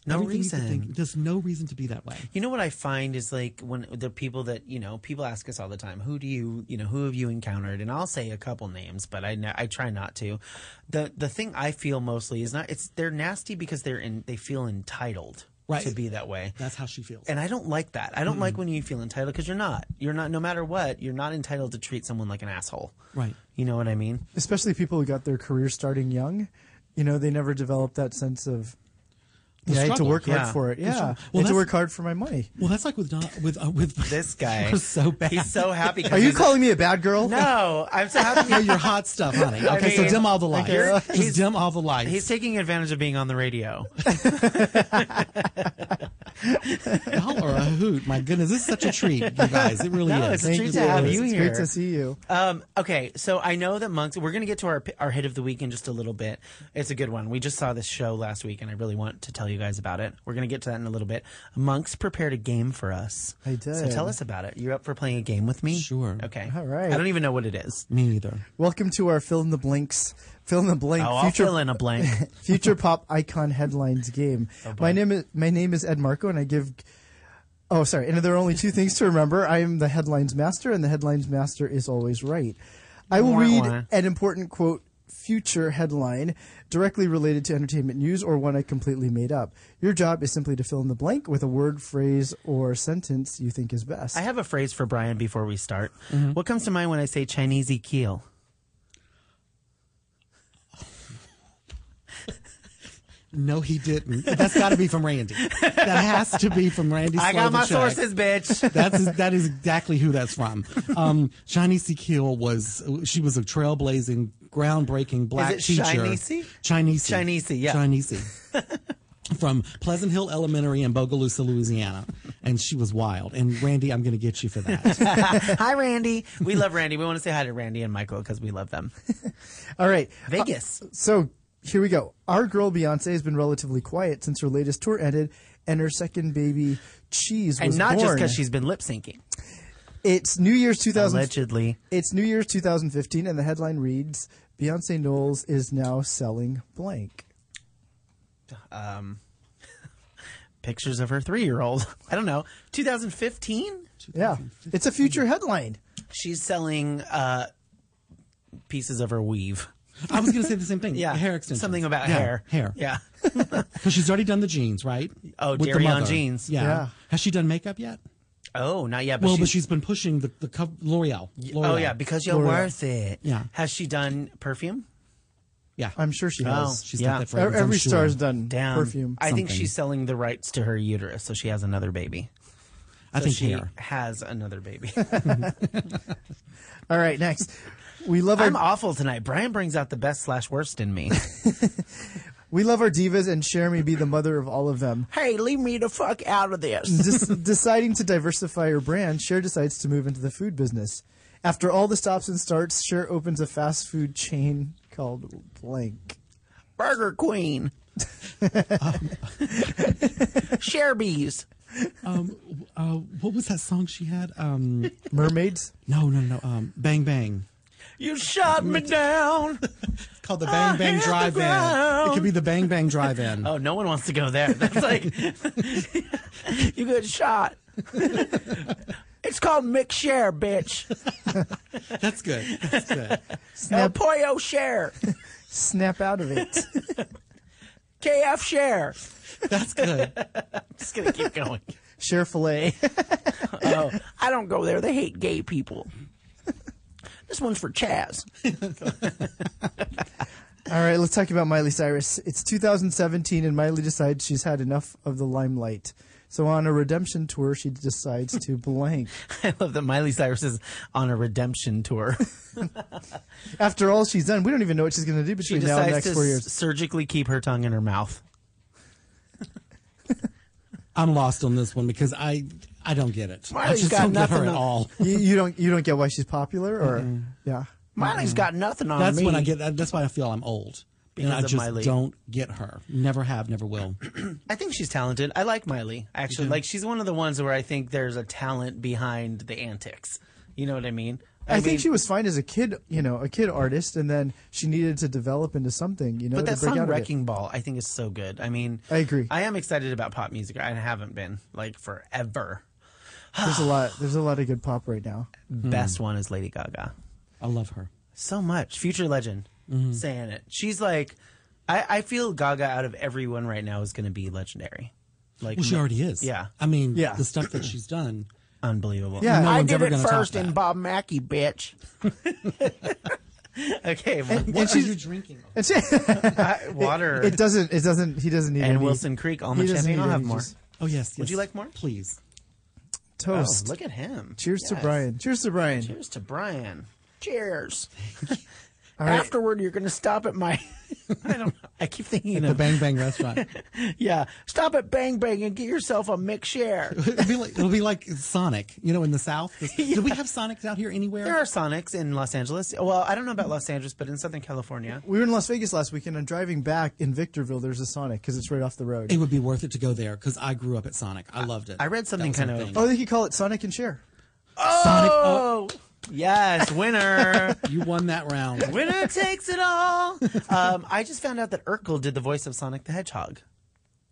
S5: No
S3: Everything you could
S5: reason.
S3: think- there's no reason to be that way.
S5: You know what I find is like when the people that you know people ask us all the time, who do you you know who have you encountered? And I'll say a couple names, but I ne- I try not to. the The thing I feel mostly is not it's they're nasty because they're in they feel entitled
S3: Right.
S5: to be that way.
S3: That's how she feels.
S5: and I don't like that. I don't like when you feel entitled because you're not. You're not. No matter what, you're not entitled to treat someone like an asshole.
S3: Right.
S5: You know what I mean?
S6: especially people who got their career starting young. You know, they never developed that sense of. yeah, I had to
S3: struggle,
S6: work
S5: yeah.
S6: hard for it.
S3: The
S6: Yeah, I
S3: struggle. Well,
S6: had to
S3: that's-
S6: work hard for my money.
S3: Well, that's like with Don, with uh, with
S5: This guy.
S3: You're so bad.
S5: He's so happy. 'cause
S6: Are you
S5: he's-
S6: calling me a bad girl?
S5: No, I'm so happy.
S3: Yeah, your hot stuff, honey. Okay,
S5: I mean,
S3: so dim all the lights.
S5: okay. He's-
S3: Just dim all the lights.
S5: He's taking advantage of being on the radio.
S3: Y'all are a hoot. My goodness, this is such a treat, you guys. It really
S5: No,
S3: is.
S5: it's a
S3: Thank
S5: treat
S3: you
S5: to
S3: for
S5: have
S3: this.
S5: you
S6: it's
S5: here.
S6: great to see you.
S5: Um, okay, so I know that monks. We're going to get to our our hit of the week in just a little bit. It's a good one. We just saw this show last week, and I really want to tell you guys about it. We're going to get to that in a little bit. Monks prepared a game for us. I
S6: did.
S5: So tell us about it. You're up for playing a game with me?
S3: Sure.
S5: Okay.
S6: All right.
S5: I don't even know what it is.
S3: Me either.
S6: Welcome to our fill in the blanks, fill in the blank
S5: Oh, I'll
S6: future
S5: fill in a blank.
S6: future pop icon headlines game.
S5: Oh,
S6: my name is my name is Ed Marco, and I give. Oh, sorry. And there are only two things to remember. I am the headlines master, and the headlines master is always right. I will
S5: Wah,
S6: read
S5: wah.
S6: an important quote future headline directly related to entertainment news or one I completely made up. Your job is simply to fill in the blank with a word, phrase, or sentence you think is best.
S5: I have a phrase for Brian before we start.
S6: Mm-hmm.
S5: What comes to mind when I say Chinesey keel?
S3: No, he didn't. That's got to be from Randy. That has to be from Randy.
S5: I got my
S3: Slavichek.
S5: sources, bitch.
S3: That's that is exactly who that's from. Um, Shiny C. Keel was she was a trailblazing, groundbreaking black
S5: it
S3: teacher.
S5: Shinesi?
S3: Chinese.
S5: Shinesi, yeah.
S3: from Pleasant Hill Elementary in Bogalusa, Louisiana, and she was wild. And Randy, I'm going to get you for that.
S5: hi, Randy. We love Randy. We want to say hi to Randy and Michael because we love them.
S6: All right.
S5: Vegas.
S6: So here we go. Our girl Beyonce has been relatively quiet since her latest tour ended, and her second baby, Cheese, was
S5: and not just
S6: born.
S5: because she's been lip syncing.
S6: It's New Year's 2000.
S5: Allegedly.
S6: It's New Year's 2015, and the headline reads: Beyonce Knowles is now selling blank.
S5: Pictures of her three year old. I don't know. 2015?
S6: Yeah, it's a future headline.
S5: She's selling uh, pieces of her weave.
S3: I was going to say the same thing.
S5: Yeah.
S3: hair extensions.
S5: Something about
S3: Yeah,
S5: hair.
S3: Hair.
S5: Yeah.
S3: because she's already done the jeans, right?
S5: Oh,
S3: With the
S5: Dairy on
S3: mother.
S5: jeans.
S3: Yeah.
S6: Yeah.
S3: Has she done makeup yet?
S5: Oh, not yet.
S3: well,
S5: she's,
S3: but she's been pushing the the cov- L'Oreal. L'Oreal.
S5: Oh, yeah. Because you're worth it.
S3: Yeah.
S5: Has she done perfume?
S3: yeah.
S6: I'm sure she has.
S3: she's
S5: yeah.
S3: got that for
S6: Every, every
S3: sure.
S6: star's done
S5: Damn.
S6: perfume.
S5: I think
S3: Something.
S5: she's selling the rights to her uterus, so she has another baby.
S3: I
S5: So
S3: think
S5: she
S3: hair.
S5: has another baby.
S6: All right, next. We love our
S5: I'm awful tonight. Brian brings out the best slash worst in me.
S6: we love our divas, and share me be the mother of all of them.
S5: hey, leave me the fuck out of this.
S6: Des- deciding to diversify her brand, Cher decides to move into the food business. After all the stops and starts, Cher opens a fast food chain called Blank.
S5: Burger Queen. Share bees.
S3: um, uh, what was that song she had? Um,
S6: Mermaids?
S3: no, no, no. Um, bang Bang.
S5: You shot me down.
S3: It's called Ah, the Bang
S5: I hit
S3: Bang
S5: the
S3: Drive In.
S5: ground.
S3: It could be the Bang Bang Drive In.
S5: Oh, no one wants to go there. That's like you get shot. it's called Mick Share, bitch.
S3: That's good. That's good.
S5: El Pollo Share.
S6: Snap out of it.
S5: KF Share.
S3: That's good.
S5: Just gonna keep going.
S6: Cher Filet.
S5: Oh, I don't go there. They hate gay people. This one's for Chaz.
S6: All right, let's talk about Miley Cyrus. It's 2017, and Miley decides she's had enough of the limelight. So on a redemption tour, she decides to blank.
S5: I love that Miley Cyrus is on a redemption tour.
S6: After all she's done, we don't even know what she's going to do
S5: She
S6: between now and the
S5: decides
S6: next
S5: to
S6: four years.
S5: s- surgically keep her tongue in her mouth.
S3: I'm lost on this one because I I don't get it. I
S5: Miley's
S3: just
S5: got
S3: don't get her
S5: nothing on-
S3: at all.
S6: you, you don't you don't get why she's popular, or yeah.
S5: Miley's got nothing on
S3: That's
S5: me.
S3: when I get. That's why I feel I'm old. and
S5: Because
S3: I
S5: of
S3: just
S5: Miley.
S3: don't get her. Never have. Never will.
S5: I think she's talented. I like Miley actually. Like she's one of the ones where I think there's a talent behind the antics. You know what I mean?
S6: I,
S5: mean,
S6: think she was fine as a kid, you know, a kid artist, and then she needed to develop into something, you know.
S5: But that
S6: to break
S5: song
S6: out of it.
S5: "Wrecking Ball" I think is so good. I mean,
S6: I agree.
S5: I am excited about pop music. I haven't been like forever.
S6: There's a lot. There's a lot of good pop right now.
S5: Best one is Lady Gaga.
S3: I love her.
S5: so much. Future legend
S6: Mm-hmm.
S5: saying it. She's like, I, I feel Gaga out of everyone right now is going to be legendary. Like
S3: Well, she
S5: no-
S3: already is.
S5: Yeah.
S3: I mean,
S6: Yeah.
S3: the stuff that she's done.
S5: Unbelievable.
S6: Yeah.
S3: No
S6: I
S3: one's ever gonna top that.
S5: Bob Mackey, bitch. okay,
S3: What are you drinking?
S6: And she,
S5: I- water
S6: it doesn't. It doesn't. He doesn't need
S5: and
S6: any
S5: Wilson Creek
S6: he
S5: almond
S6: doesn't
S5: champagne.
S6: need
S5: I'll have
S6: any
S5: more.
S6: juice.
S3: Oh yes, yes.
S5: Would you like more?
S3: Please.
S5: Oh,
S6: toast.
S5: look at him.
S6: Cheers to
S5: Yes.
S6: Brian. Cheers to Brian.
S5: Cheers to Brian. Cheers.
S6: All right.
S5: Afterward, you're going to stop at my. I don't know. I keep thinking
S3: at
S5: of
S3: the Bang Bang restaurant.
S5: yeah. Stop at Bang Bang and get yourself a McShare.
S3: it'll, be like, it'll be like Sonic, you know, in the South. This- Do we have Sonics out here anywhere?
S5: There are Sonics in Los Angeles. Well, I don't know about Los Angeles, but in Southern California.
S6: We were in Las Vegas last weekend. and driving back in Victorville. There's a Sonic because it's right off the road.
S3: It would be worth it to go there because I grew up at Sonic. I loved it.
S5: I read
S3: That
S5: something
S3: was my
S5: kind of-
S3: thing.
S6: oh, they could call it Sonic and Share.
S3: Sonic. Oh,
S5: Oh, yes, winner.
S3: you won that round.
S5: winner takes it all. Um, I just found out that Urkel did the voice of Sonic the Hedgehog.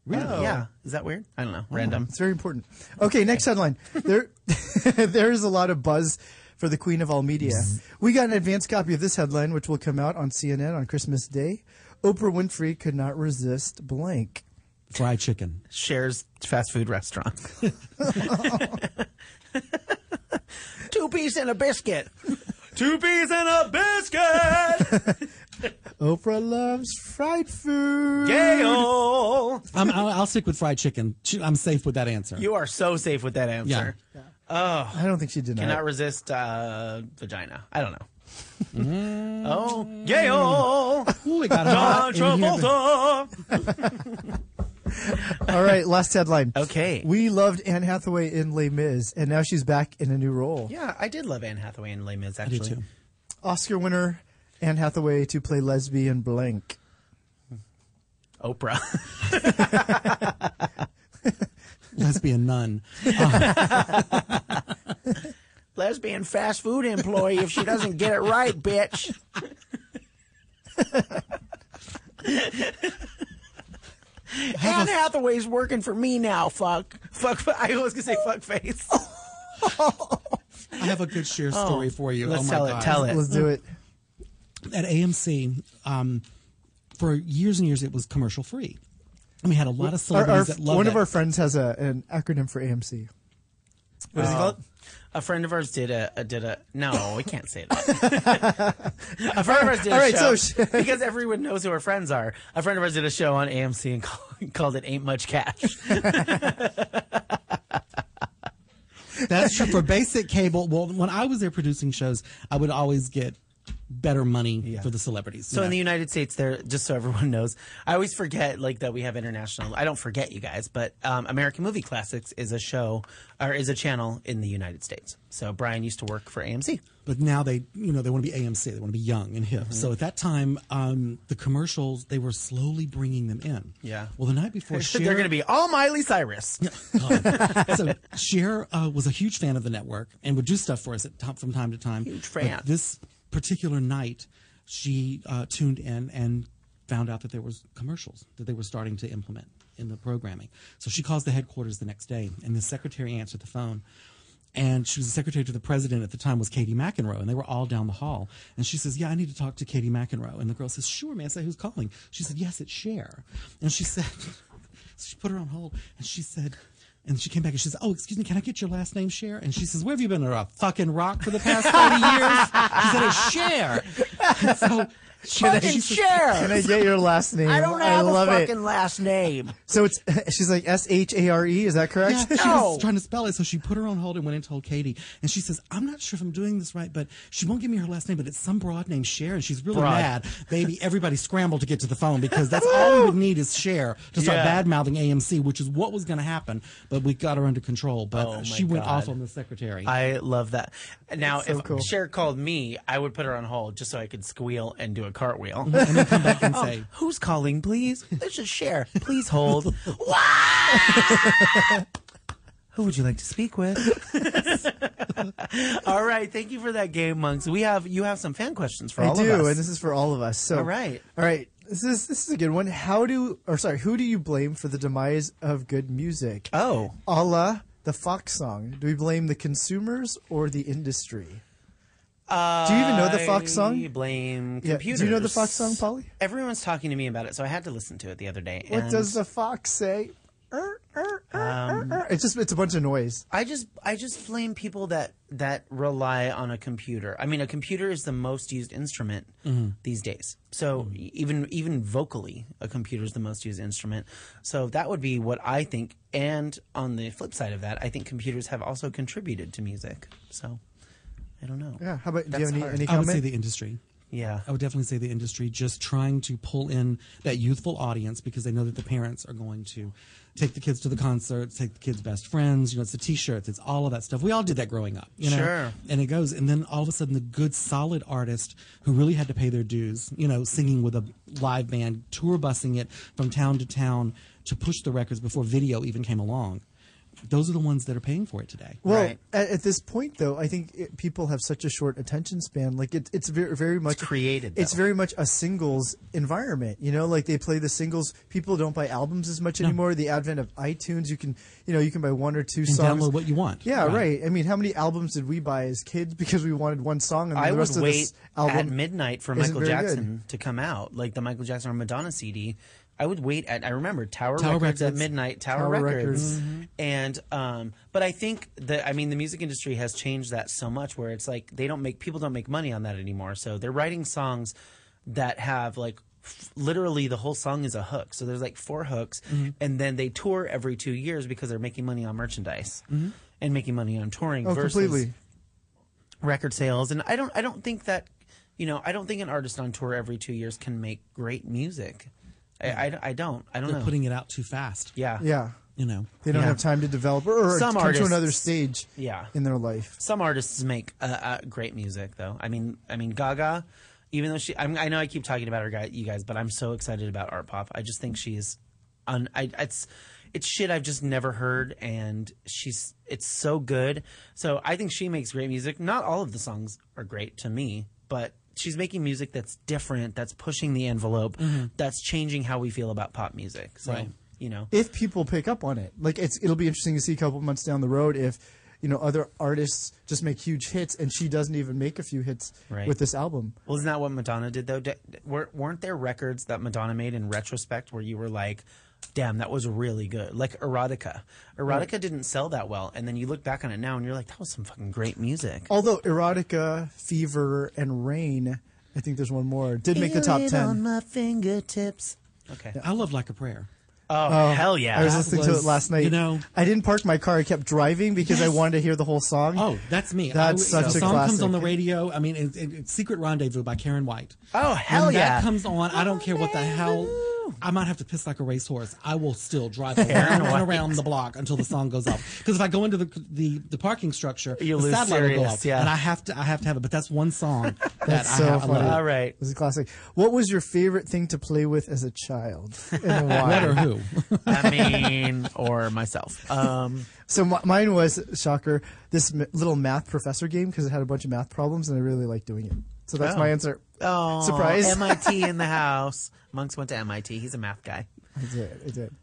S6: Really?
S5: Yeah. Is that weird? I don't know. Random.
S6: It's very important. Okay, next headline. There, there is a lot of buzz for the queen of all media.
S5: Mm-hmm.
S6: We got an advance copy of this headline, which will come out on CNN on Christmas Day. Oprah Winfrey could not resist blank.
S3: Fried chicken.
S5: Shares fast food restaurant. Two peas and a biscuit. Two peas and a biscuit.
S6: Oprah loves fried food.
S5: oh. Gail.
S3: I'm, I'll, I'll stick with fried chicken. Ch- I'm safe with that answer.
S5: You are so safe with that answer.
S6: I don't think she denied.
S5: Cannot
S6: it.
S5: resist uh, vagina. I don't know. Oh, Gail.
S3: Ooh, it got
S5: John
S3: hot in here.
S5: Travolta.
S6: all right, last headline.
S5: Okay.
S6: We loved Anne Hathaway in Les Mis, and now she's back in a new role.
S5: Yeah, I did love Anne Hathaway in Les Mis,
S3: Me
S5: actually.
S3: too.
S6: Oscar winner Anne Hathaway to play lesbian blank.
S5: Oprah.
S3: Lesbian nun.
S5: Lesbian fast food employee if she doesn't get it right, bitch. Anne Hathaway's working for me now, fuck. Fuck, I was gonna say fuck face.
S3: I have a good share story for you.
S5: Let's
S3: oh my
S5: tell
S3: God.
S5: it, tell it.
S6: Let's do it.
S3: At AMC, um, for years and years, it was commercial free. And we had a lot of
S6: Our- our-
S3: celebrities that loved
S6: one
S3: it.
S6: of our friends has a, Um, an acronym for AMC. What is it called?
S5: A friend of ours did a, a did a no, we can't say that. a friend of ours did a
S6: All right,
S5: show
S6: so sh-
S5: because everyone knows who our friends are. A friend of ours did a show on AMC and called, called it "Ain't Much Cash."
S3: That's true. For basic cable, well, when I was there producing shows, I would always get better money for the celebrities. you
S5: So in
S3: know.
S5: the United States, there just so everyone knows, I always forget like that we have international. I don't forget you guys, but um, American Movie Classics is a show or is a channel in the United States. So Brian used to work for AMC.
S3: but now they, you know, they want to be AMC. They want to be young and hip.
S5: Mm-hmm.
S3: So at that time, um, the commercials they were slowly bringing them in.
S5: Yeah.
S3: Well, the night before, Cher,
S5: They're going to be all Miley Cyrus.
S3: God. so Cher uh, was a huge fan of the network and would do stuff for us at top, from time to time.
S5: Huge fan.
S3: But this particular night, she uh, tuned in and found out that there was commercials that they were starting to implement in the programming. So she calls the headquarters the next day, and the secretary answered the phone. And she was the secretary to the president at the time was Katie McEnroe, and they were all down the hall. And she says, "Yeah, I need to talk to Katie McEnroe." And the girl says, "Sure, may I say who's calling?" She said, "Yes, it's Cher." And she said, so she put her on hold and she said, and she came back and she said, Oh, excuse me, can I get your last name, Cher? And she says, Where have you been? Under a fucking rock for the past 30 years? She said, It's Cher. And so she, she says-
S6: Can I get your last name? I don't have love it.
S5: last name.
S6: So it's she's like S H A R E. Is that
S3: Yeah,
S6: correct?
S3: she was trying to spell it, so she put her on hold and went and told Katie. And she says, "I'm not sure if I'm doing this right, but she won't give me her last name, but it's some broad named Cher, and she's really
S5: Broad.
S3: mad." Baby, everybody scrambled to get to the phone because that's all we would need is Cher to start
S5: Yeah.
S3: bad mouthing AMC, which is what was going to happen. But we got her under control.
S5: Oh
S3: But uh, she went off on the secretary.
S5: I love that. Now,
S6: so
S5: if
S6: cool.
S5: Cher called me, I would put her on hold just so I could squeal and do a cartwheel. Oh,
S3: and then come back and say,
S5: Who's calling, please? This is Cher. Please hold. Wah! Who would you like to speak with? all right, thank you for that game, monks. We have you have some fan questions for
S6: I
S5: all
S6: do,
S5: of us.
S6: and this is for all of us. So
S5: All right.
S6: all right. This is this is a good one. How do or sorry, who do you blame for the demise of good music?
S5: oh,
S6: a la the Fox song. Do we blame the consumers or the industry? Uh, do you even know the Fox
S5: I
S6: song?
S5: blame Uh,
S6: Yeah,
S5: computers.
S6: do you know the Fox song, Polly?
S5: Everyone's talking to me about it, so I had to listen to it the other day.
S6: What
S5: and Um,
S6: does the fox say? Er, er, er, er, er. It's just it's a bunch of noise.
S5: I just I just blame people that that rely on a computer. I mean, a computer is the most used instrument
S3: Mm-hmm.
S5: these days. So even even vocally, a computer is the most used instrument. So that would be what I think. And on the flip side of that, I think computers have also contributed to music. So I don't know.
S6: Yeah. How about do you
S5: That's
S6: have any,
S5: hard.
S6: any
S3: "I would
S6: comment?
S3: say the industry."
S5: Yeah.
S3: I would definitely say the industry just trying to pull in that youthful audience because they know that the parents are going to take the kids to the concerts, take the kids' best friends. You know, it's the T-shirts, it's all of that stuff. We all did that growing up. You know?
S5: Sure.
S3: And it goes, and then all of a sudden, the good, solid artist who really had to pay their dues. You know, singing with a live band, tour busing it from town to town to push the records before video even came along. Those are the ones that are paying for it today.
S6: Well,
S5: Right.
S6: at, at this point, though, I think it, people have such a short attention span. Like it, it's very, very much
S5: created,
S6: It's
S5: though.
S6: very much a singles environment. You know, like they play the singles. People don't buy albums as much anymore. The advent of iTunes, you can, you know, you can buy one or two
S3: And
S6: songs.
S3: download what you want.
S6: Yeah,
S3: Right.
S6: right. I mean, how many albums did we buy as kids because we wanted one song and then
S5: I
S6: the
S5: would
S6: rest of
S5: wait
S6: this album
S5: at midnight for
S6: isn't
S5: Michael
S6: very good.
S5: Jackson to come out, like the Michael Jackson or Madonna CD. I would wait at I remember Tower,
S3: Tower
S5: Records, at
S3: Records.
S5: midnight, Tower,
S6: Tower
S5: Records,
S6: Records.
S5: and um, but I think that I mean the music industry has changed that so much where it's like they don't make people don't make money on that anymore, so they're writing songs that have like. f- Literally, the whole song is a hook. So there's like four hooks,
S6: Mm-hmm.
S5: and then they tour every two years because they're making money on merchandise and making money on touring.
S6: Mm-hmm. Oh,
S5: versus,
S6: completely.
S5: record sales and i don't i don't think that you know i don't think an artist on tour every two years can make great music i, I, I don't i don't
S3: They're
S5: know
S3: putting it out too fast.
S5: yeah
S6: Yeah,
S3: You know.
S6: they don't
S5: Yeah.
S6: have time to develop or, or
S5: Some
S6: come
S5: artists-
S6: to another stage.
S5: Yeah.
S6: in their life.
S5: some artists make uh, uh, great music though i mean i mean gaga even though she I'm, i know i keep talking about her guy you guys but i'm so excited about art pop i just think she's un I, it's it's shit i've just never heard and she's it's so good so i think she makes great music not all of the songs are great to me but she's making music that's different that's pushing the envelope that's changing how we feel about pop music so
S3: Right.
S5: you know
S6: if people pick up on it. Like it's it'll be interesting to see a couple months down the road if you know other artists just make huge hits and she doesn't even make a few hits
S5: Right.
S6: with this album.
S5: Well, isn't that what Madonna did though? D- were- weren't there records that Madonna made in retrospect where you were like, "Damn, that was really good." Like Erotica. Erotica didn't sell that well, and then you look back on it now and you're like, "That was some fucking great music."
S6: Although Erotica, Fever, and Rain, I think there's one more did make the top
S5: Feel it on
S6: ten.
S5: my fingertips. Okay.
S3: I love Like a Prayer.
S5: Oh, hell yeah!
S6: I was listening to it
S3: was-
S6: last night.
S3: you know-
S6: I didn't park my car. I kept driving because I wanted to hear the whole song.
S3: Oh, that's me.
S6: That's
S3: I,
S6: such
S3: the
S6: a
S3: song comes
S6: classic.
S3: on the radio. I mean, it, it, it's "Secret Rendezvous" by Karen White.
S5: Oh, hell
S3: when
S5: yeah.
S3: That comes on. I don't care what the hell. I might have to piss like a racehorse. I will still drive around and around the block until the song goes off. Because if I go into the the, the parking structure,
S5: You
S3: the
S5: lose
S3: satellite will go
S5: serious,
S3: off,
S5: yeah.
S3: and I have to I have to have it. But that's one song that
S6: That's
S3: I
S6: so
S3: have. I love
S6: funny.
S3: it.
S5: All right.
S6: It was a classic. What was your favorite thing to play with as a child? And why?
S3: What or who?
S5: I mean, or myself. Um,
S6: So m- mine was shocker. This m- little math professor game because it had a bunch of math problems and I really liked doing it. So that's
S5: Oh.
S6: my answer.
S5: oh,
S6: Surprise.
S5: MIT in the house. Monks went to MIT. He's a math guy.
S6: I did. I did.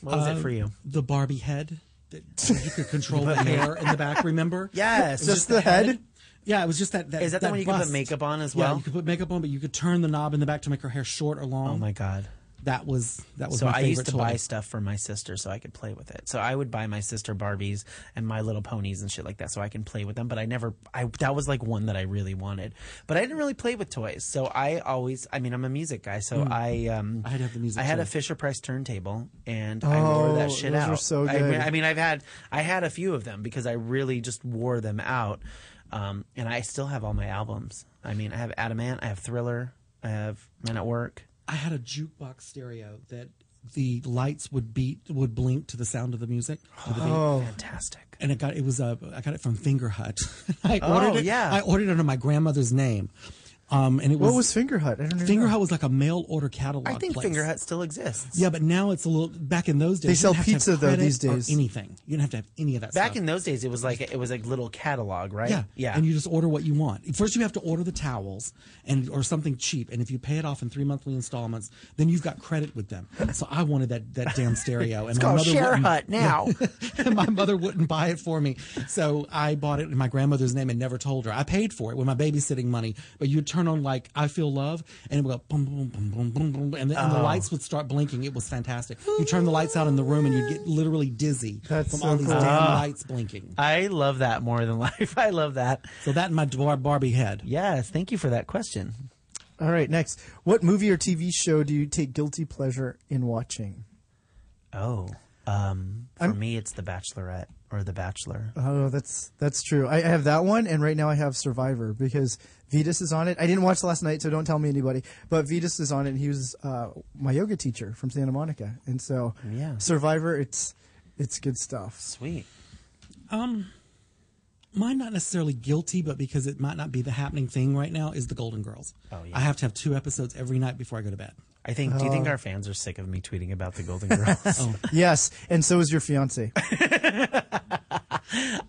S5: What was
S6: Um,
S5: it for you?
S3: the Barbie head that you could control the hair in the back. Remember?
S5: Yes.
S6: Just the head.
S3: Yeah, it was just that. that
S5: Is that the one you could
S3: bust.
S5: put makeup on as
S3: Yeah,
S5: well?
S3: you could put makeup on, but you could turn the knob in the back to make her hair short or long.
S5: oh my god.
S3: That was that was
S5: So
S3: my
S5: I
S3: favorite
S5: used to
S3: toy.
S5: buy stuff for my sister so I could play with it. So I would buy my sister Barbies and My Little Ponies and shit like that so I can play with them. But I never, I that was like one that I really wanted. But I didn't really play with toys. So I always, I mean, I'm a music guy. So I, um,
S3: Hmm. I had to have the music
S5: I had
S3: too.
S5: a Fisher Price turntable and I wore that
S6: Oh,
S5: shit
S6: those
S5: out.
S6: were so
S5: I mean,
S6: good.
S5: I mean, I've had, I had a few of them because I really just wore them out. Um, and I still have all my albums. I mean, I have Adamant, I have Thriller, I have Men at Work.
S3: I had a jukebox stereo that the lights would beat would blink to the sound of the music. to the beat.
S5: Oh. Fantastic.
S3: And it got it was uh, I got it from Finger Hut. I
S5: Oh,
S3: ordered it.
S5: yeah.
S3: I ordered it under my grandmother's name. Um, and it was,
S6: What was Finger Hut? I don't even
S3: Finger
S6: know.
S3: Hut was like a mail order catalog.
S5: I think
S3: place.
S5: Finger Hut still exists.
S3: Yeah, but now it's a little. Back in those days, you
S6: sell
S3: didn't have to have
S6: pizza, though,
S3: credit
S6: these
S3: or
S6: days.
S3: Anything you didn't have to have any of that.
S5: Back
S3: stuff.
S5: in those days, it was like it was like little catalog, right?
S3: Yeah,
S5: yeah.
S3: And you just order what you want. First, you have to order the towels and or something cheap. And if you pay it off in three monthly installments, then you've got credit with them. So I wanted that that damn stereo. And
S5: called Oh, Share
S3: wouldn't-
S5: Hut now.
S3: and my mother wouldn't buy it for me, so I bought it in my grandmother's name and never told her. I paid for it with my babysitting money. But you'd turn on like "I Feel Love" and it would go boom, boom, boom, boom, boom, boom, and, the, and
S5: Oh.
S3: the lights would start blinking. It was fantastic. You turn the lights out in the room and you'd get literally dizzy
S6: That's
S3: from
S6: so
S3: all these
S6: cool.
S5: Ah.
S3: damn lights blinking.
S5: I love that more than life. I love that.
S3: So that and my Dwar- Barbie head.
S5: Yes, thank you for that question.
S6: All right, next. What movie or TV show do you take guilty pleasure in watching?
S5: Oh, Um, for me, it's The Bachelorette or The Bachelor.
S3: Uh,
S6: Oh, that's that's true. I, I have that one, and right now I have Survivor because Vetus is on it. I didn't watch last night, so don't tell me anybody. But Vetus is on it. And he was uh, my yoga teacher from Santa Monica, and so
S5: Yeah.
S6: Survivor. It's it's good stuff.
S5: Sweet.
S3: mine not necessarily guilty, but because it might not be the happening thing right now, is the Golden Girls.
S5: Oh, yeah.
S3: I have to have two episodes every night before I go to bed.
S5: I think. do you
S3: uh,
S5: think our fans are sick of me tweeting about the Golden Girls?
S3: Oh.
S6: Yes, and so is your fiance.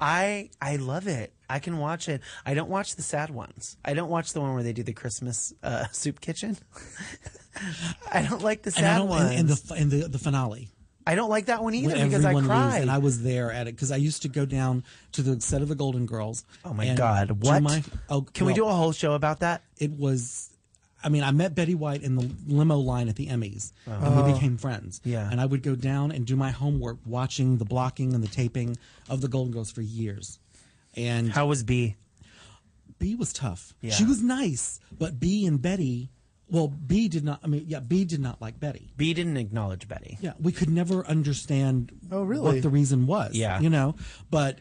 S5: I I love it. I can watch it. I don't watch the sad ones. I don't watch the one where they do the Christmas uh, soup kitchen. I don't like the
S3: And I
S5: sad
S3: don't
S5: ones.
S3: and, and the and the, the finale.
S5: I don't like that one either
S3: When
S5: because I
S3: everyone leaves,
S5: cried.
S3: and I was there at it because I used to go down to the set of the Golden Girls.
S5: oh my
S3: and
S5: god!
S3: do
S5: What?
S3: my- oh,
S5: can we do a
S3: well,
S5: whole show about that?
S3: It was. I mean, I met Betty White in the limo line at the Emmys, and we became friends.
S5: Oh. Yeah.
S3: and I would go down and do my homework, watching the blocking and the taping of the Golden Girls for years. And
S5: How was B?
S3: B was tough.
S5: Yeah.
S3: She was nice, but B and Betty, well, B did not. I mean, yeah, B did not like Betty.
S5: B didn't acknowledge Betty.
S3: Yeah, we could never understand.
S6: Oh, really?
S3: What the reason was?
S5: Yeah.
S3: you know. But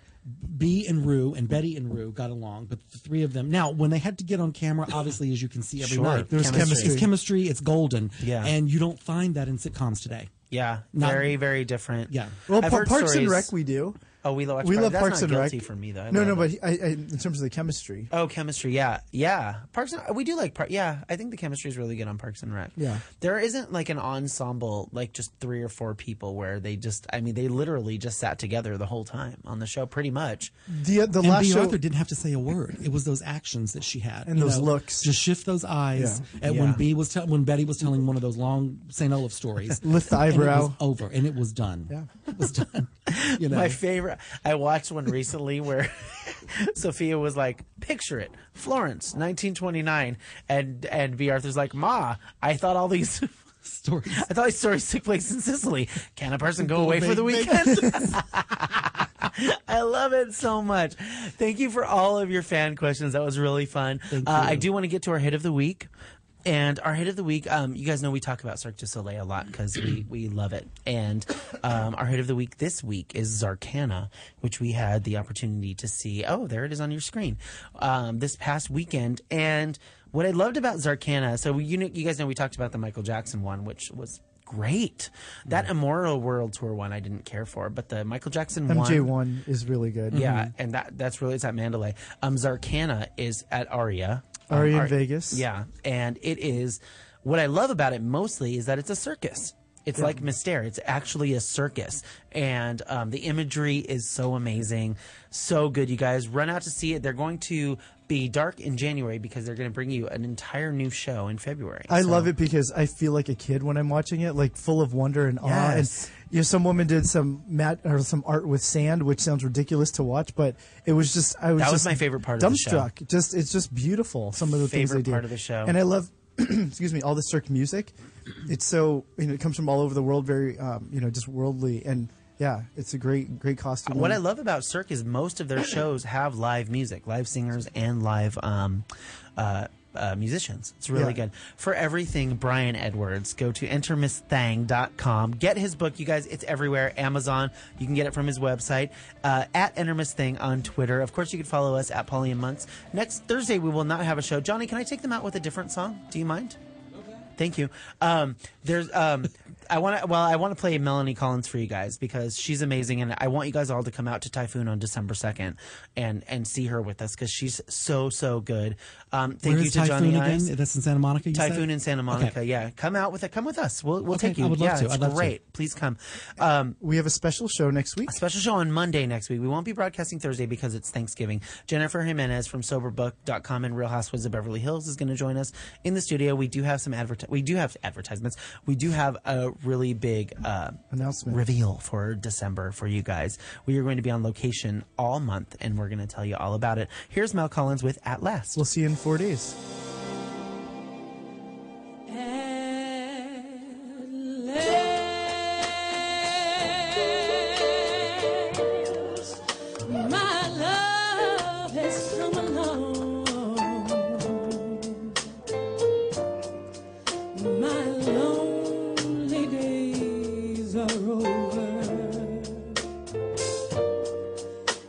S3: B and Rue and Betty and Rue got along, but the three of them. Now, when they had to get on camera, obviously, as you can see every
S5: Sure,
S3: night,
S5: there's
S6: chemistry.
S3: It's chemistry. It's golden.
S5: Yeah.
S3: and you don't find that in sitcoms today.
S5: Yeah,
S3: Not-
S5: very very different.
S3: Yeah.
S6: Well,
S5: I've
S6: Pa-
S5: heard
S6: Parks and
S5: stories-
S6: Rec we do.
S5: Oh, we love.
S6: we
S5: Parks.
S6: love
S5: That's
S6: Parks
S5: not
S6: and Rec.
S5: guilty for me though. I
S6: no,
S5: love
S6: no,
S5: it.
S6: but I, I, in terms of the chemistry,
S5: Oh, chemistry. Yeah, yeah. Parks. And, we do like. Par- yeah, I think the chemistry is really good on Parks and Rec.
S6: Yeah.
S5: There isn't like an ensemble, like just three or four people where they just. I mean, they literally just sat together the whole time on the show, pretty much.
S6: the the
S3: And
S6: last
S3: B.
S6: show.
S3: Arthur didn't have to say a word. It was those actions that she had
S6: And
S3: you
S6: those looks.
S3: Just shift those eyes.
S6: Yeah.
S3: And
S5: Yeah.
S3: when B was tell when Betty was telling one of those long St. Olaf stories,
S6: Lift the
S3: and it
S6: eyebrow.
S3: was over, and it was done.
S6: Yeah.
S3: it was done. You know,
S5: My favorite. I watched one recently where Sophia was like, "Picture it, Florence, 1929," and and B. Arthur's like, "Ma, I thought all these."
S3: stories.
S5: I thought these stories took place in Sicily. Can a person go away for the weekend? I love it so much. Thank you for all of your fan questions. That was really fun. Uh, I do want to get to our hit of the week. And our hit of the week, um, you guys know we talk about Cirque du Soleil a lot because we, we love it. And um, our hit of the week this week is Zarkana, which we had the opportunity to see. Oh, there it is on your screen um, this past weekend. And what I loved about Zarkana, so we, you, know, you guys know we talked about the Michael Jackson one, which was great. That Immoral World Tour one I didn't care for, but the Michael Jackson
S6: MJ
S5: one.
S6: one is really good.
S5: Yeah, and that that's really it's at Mandalay. Um, Zarkana is at Aria. Um,
S6: Aria in
S5: Ar-
S6: Vegas.
S5: Yeah, and it is what I love about it mostly is that it's a circus. It's like Mystere. It's actually a circus, and um, the imagery is so amazing, so good. You guys run out to see it. They're going to be dark in January because they're going to bring you an entire new show in February.
S6: I love it because I feel like a kid when I'm watching it, like full of wonder and awe.
S5: Yes.
S6: And you know, some woman did some mat or some art with sand, which sounds ridiculous to watch, but it was just I was
S5: That was
S6: just
S5: my favorite part of the show.
S6: dumbstruck. Just it's just beautiful. Some of the things they
S5: Favorite
S6: do.
S5: part of the show.
S6: and I love. excuse me, all the Cirque music. It's so you know, it comes from all over the world, very um, you know, just worldly and. Yeah, it's a great, great costume.
S5: What I love about Cirque is most of their shows have live music, live singers, and live um, uh, uh, musicians. It's really
S6: Yeah.
S5: good. For everything, Brian Edwards, go to entermissthang.com. Get his book, you guys. It's everywhere. Amazon. You can get it from his website. Uh, at entermissthang on Twitter. Of course, you can follow us at Polly and Monks. Next Thursday, we will not have a show. Johnny, can I take them out with a different song? Do you mind? Thank you. Um, there's um, I want to well, I want to play Melanie Collins for you guys because she's amazing, and I want you guys all to come out to Typhoon on December second and and see her with us because she's so so good. Um, thank
S3: Where's
S5: you to
S3: Typhoon
S5: Johnny
S3: again?
S5: Ives.
S3: That's in Santa Monica. You
S5: Typhoon
S3: said?
S5: in Santa Monica.
S3: Okay.
S5: Yeah, come out with it. Come with us. We'll we'll
S3: Okay,
S5: take you.
S3: I would love
S5: yeah,
S3: to.
S5: it's
S3: I'd love to.
S5: great. Please come. Um,
S6: we have a special show next week.
S5: special show on Monday next week. We won't be broadcasting Thursday because it's Thanksgiving. Jennifer Jimenez from soberbook.com and Real Housewives of Beverly Hills is going to join us in the studio. We do have some advert we do have advertisements. We do have a really big uh,
S6: Announcement.
S5: reveal for December for you guys. We are going to be on location all month and we're going to tell you all about it. Here's Mel Collins with At Last.
S6: We'll see you in four days.
S4: My love has come along. My lonely days are over.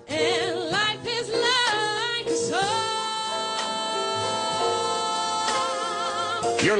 S4: And life is like a song.
S1: You're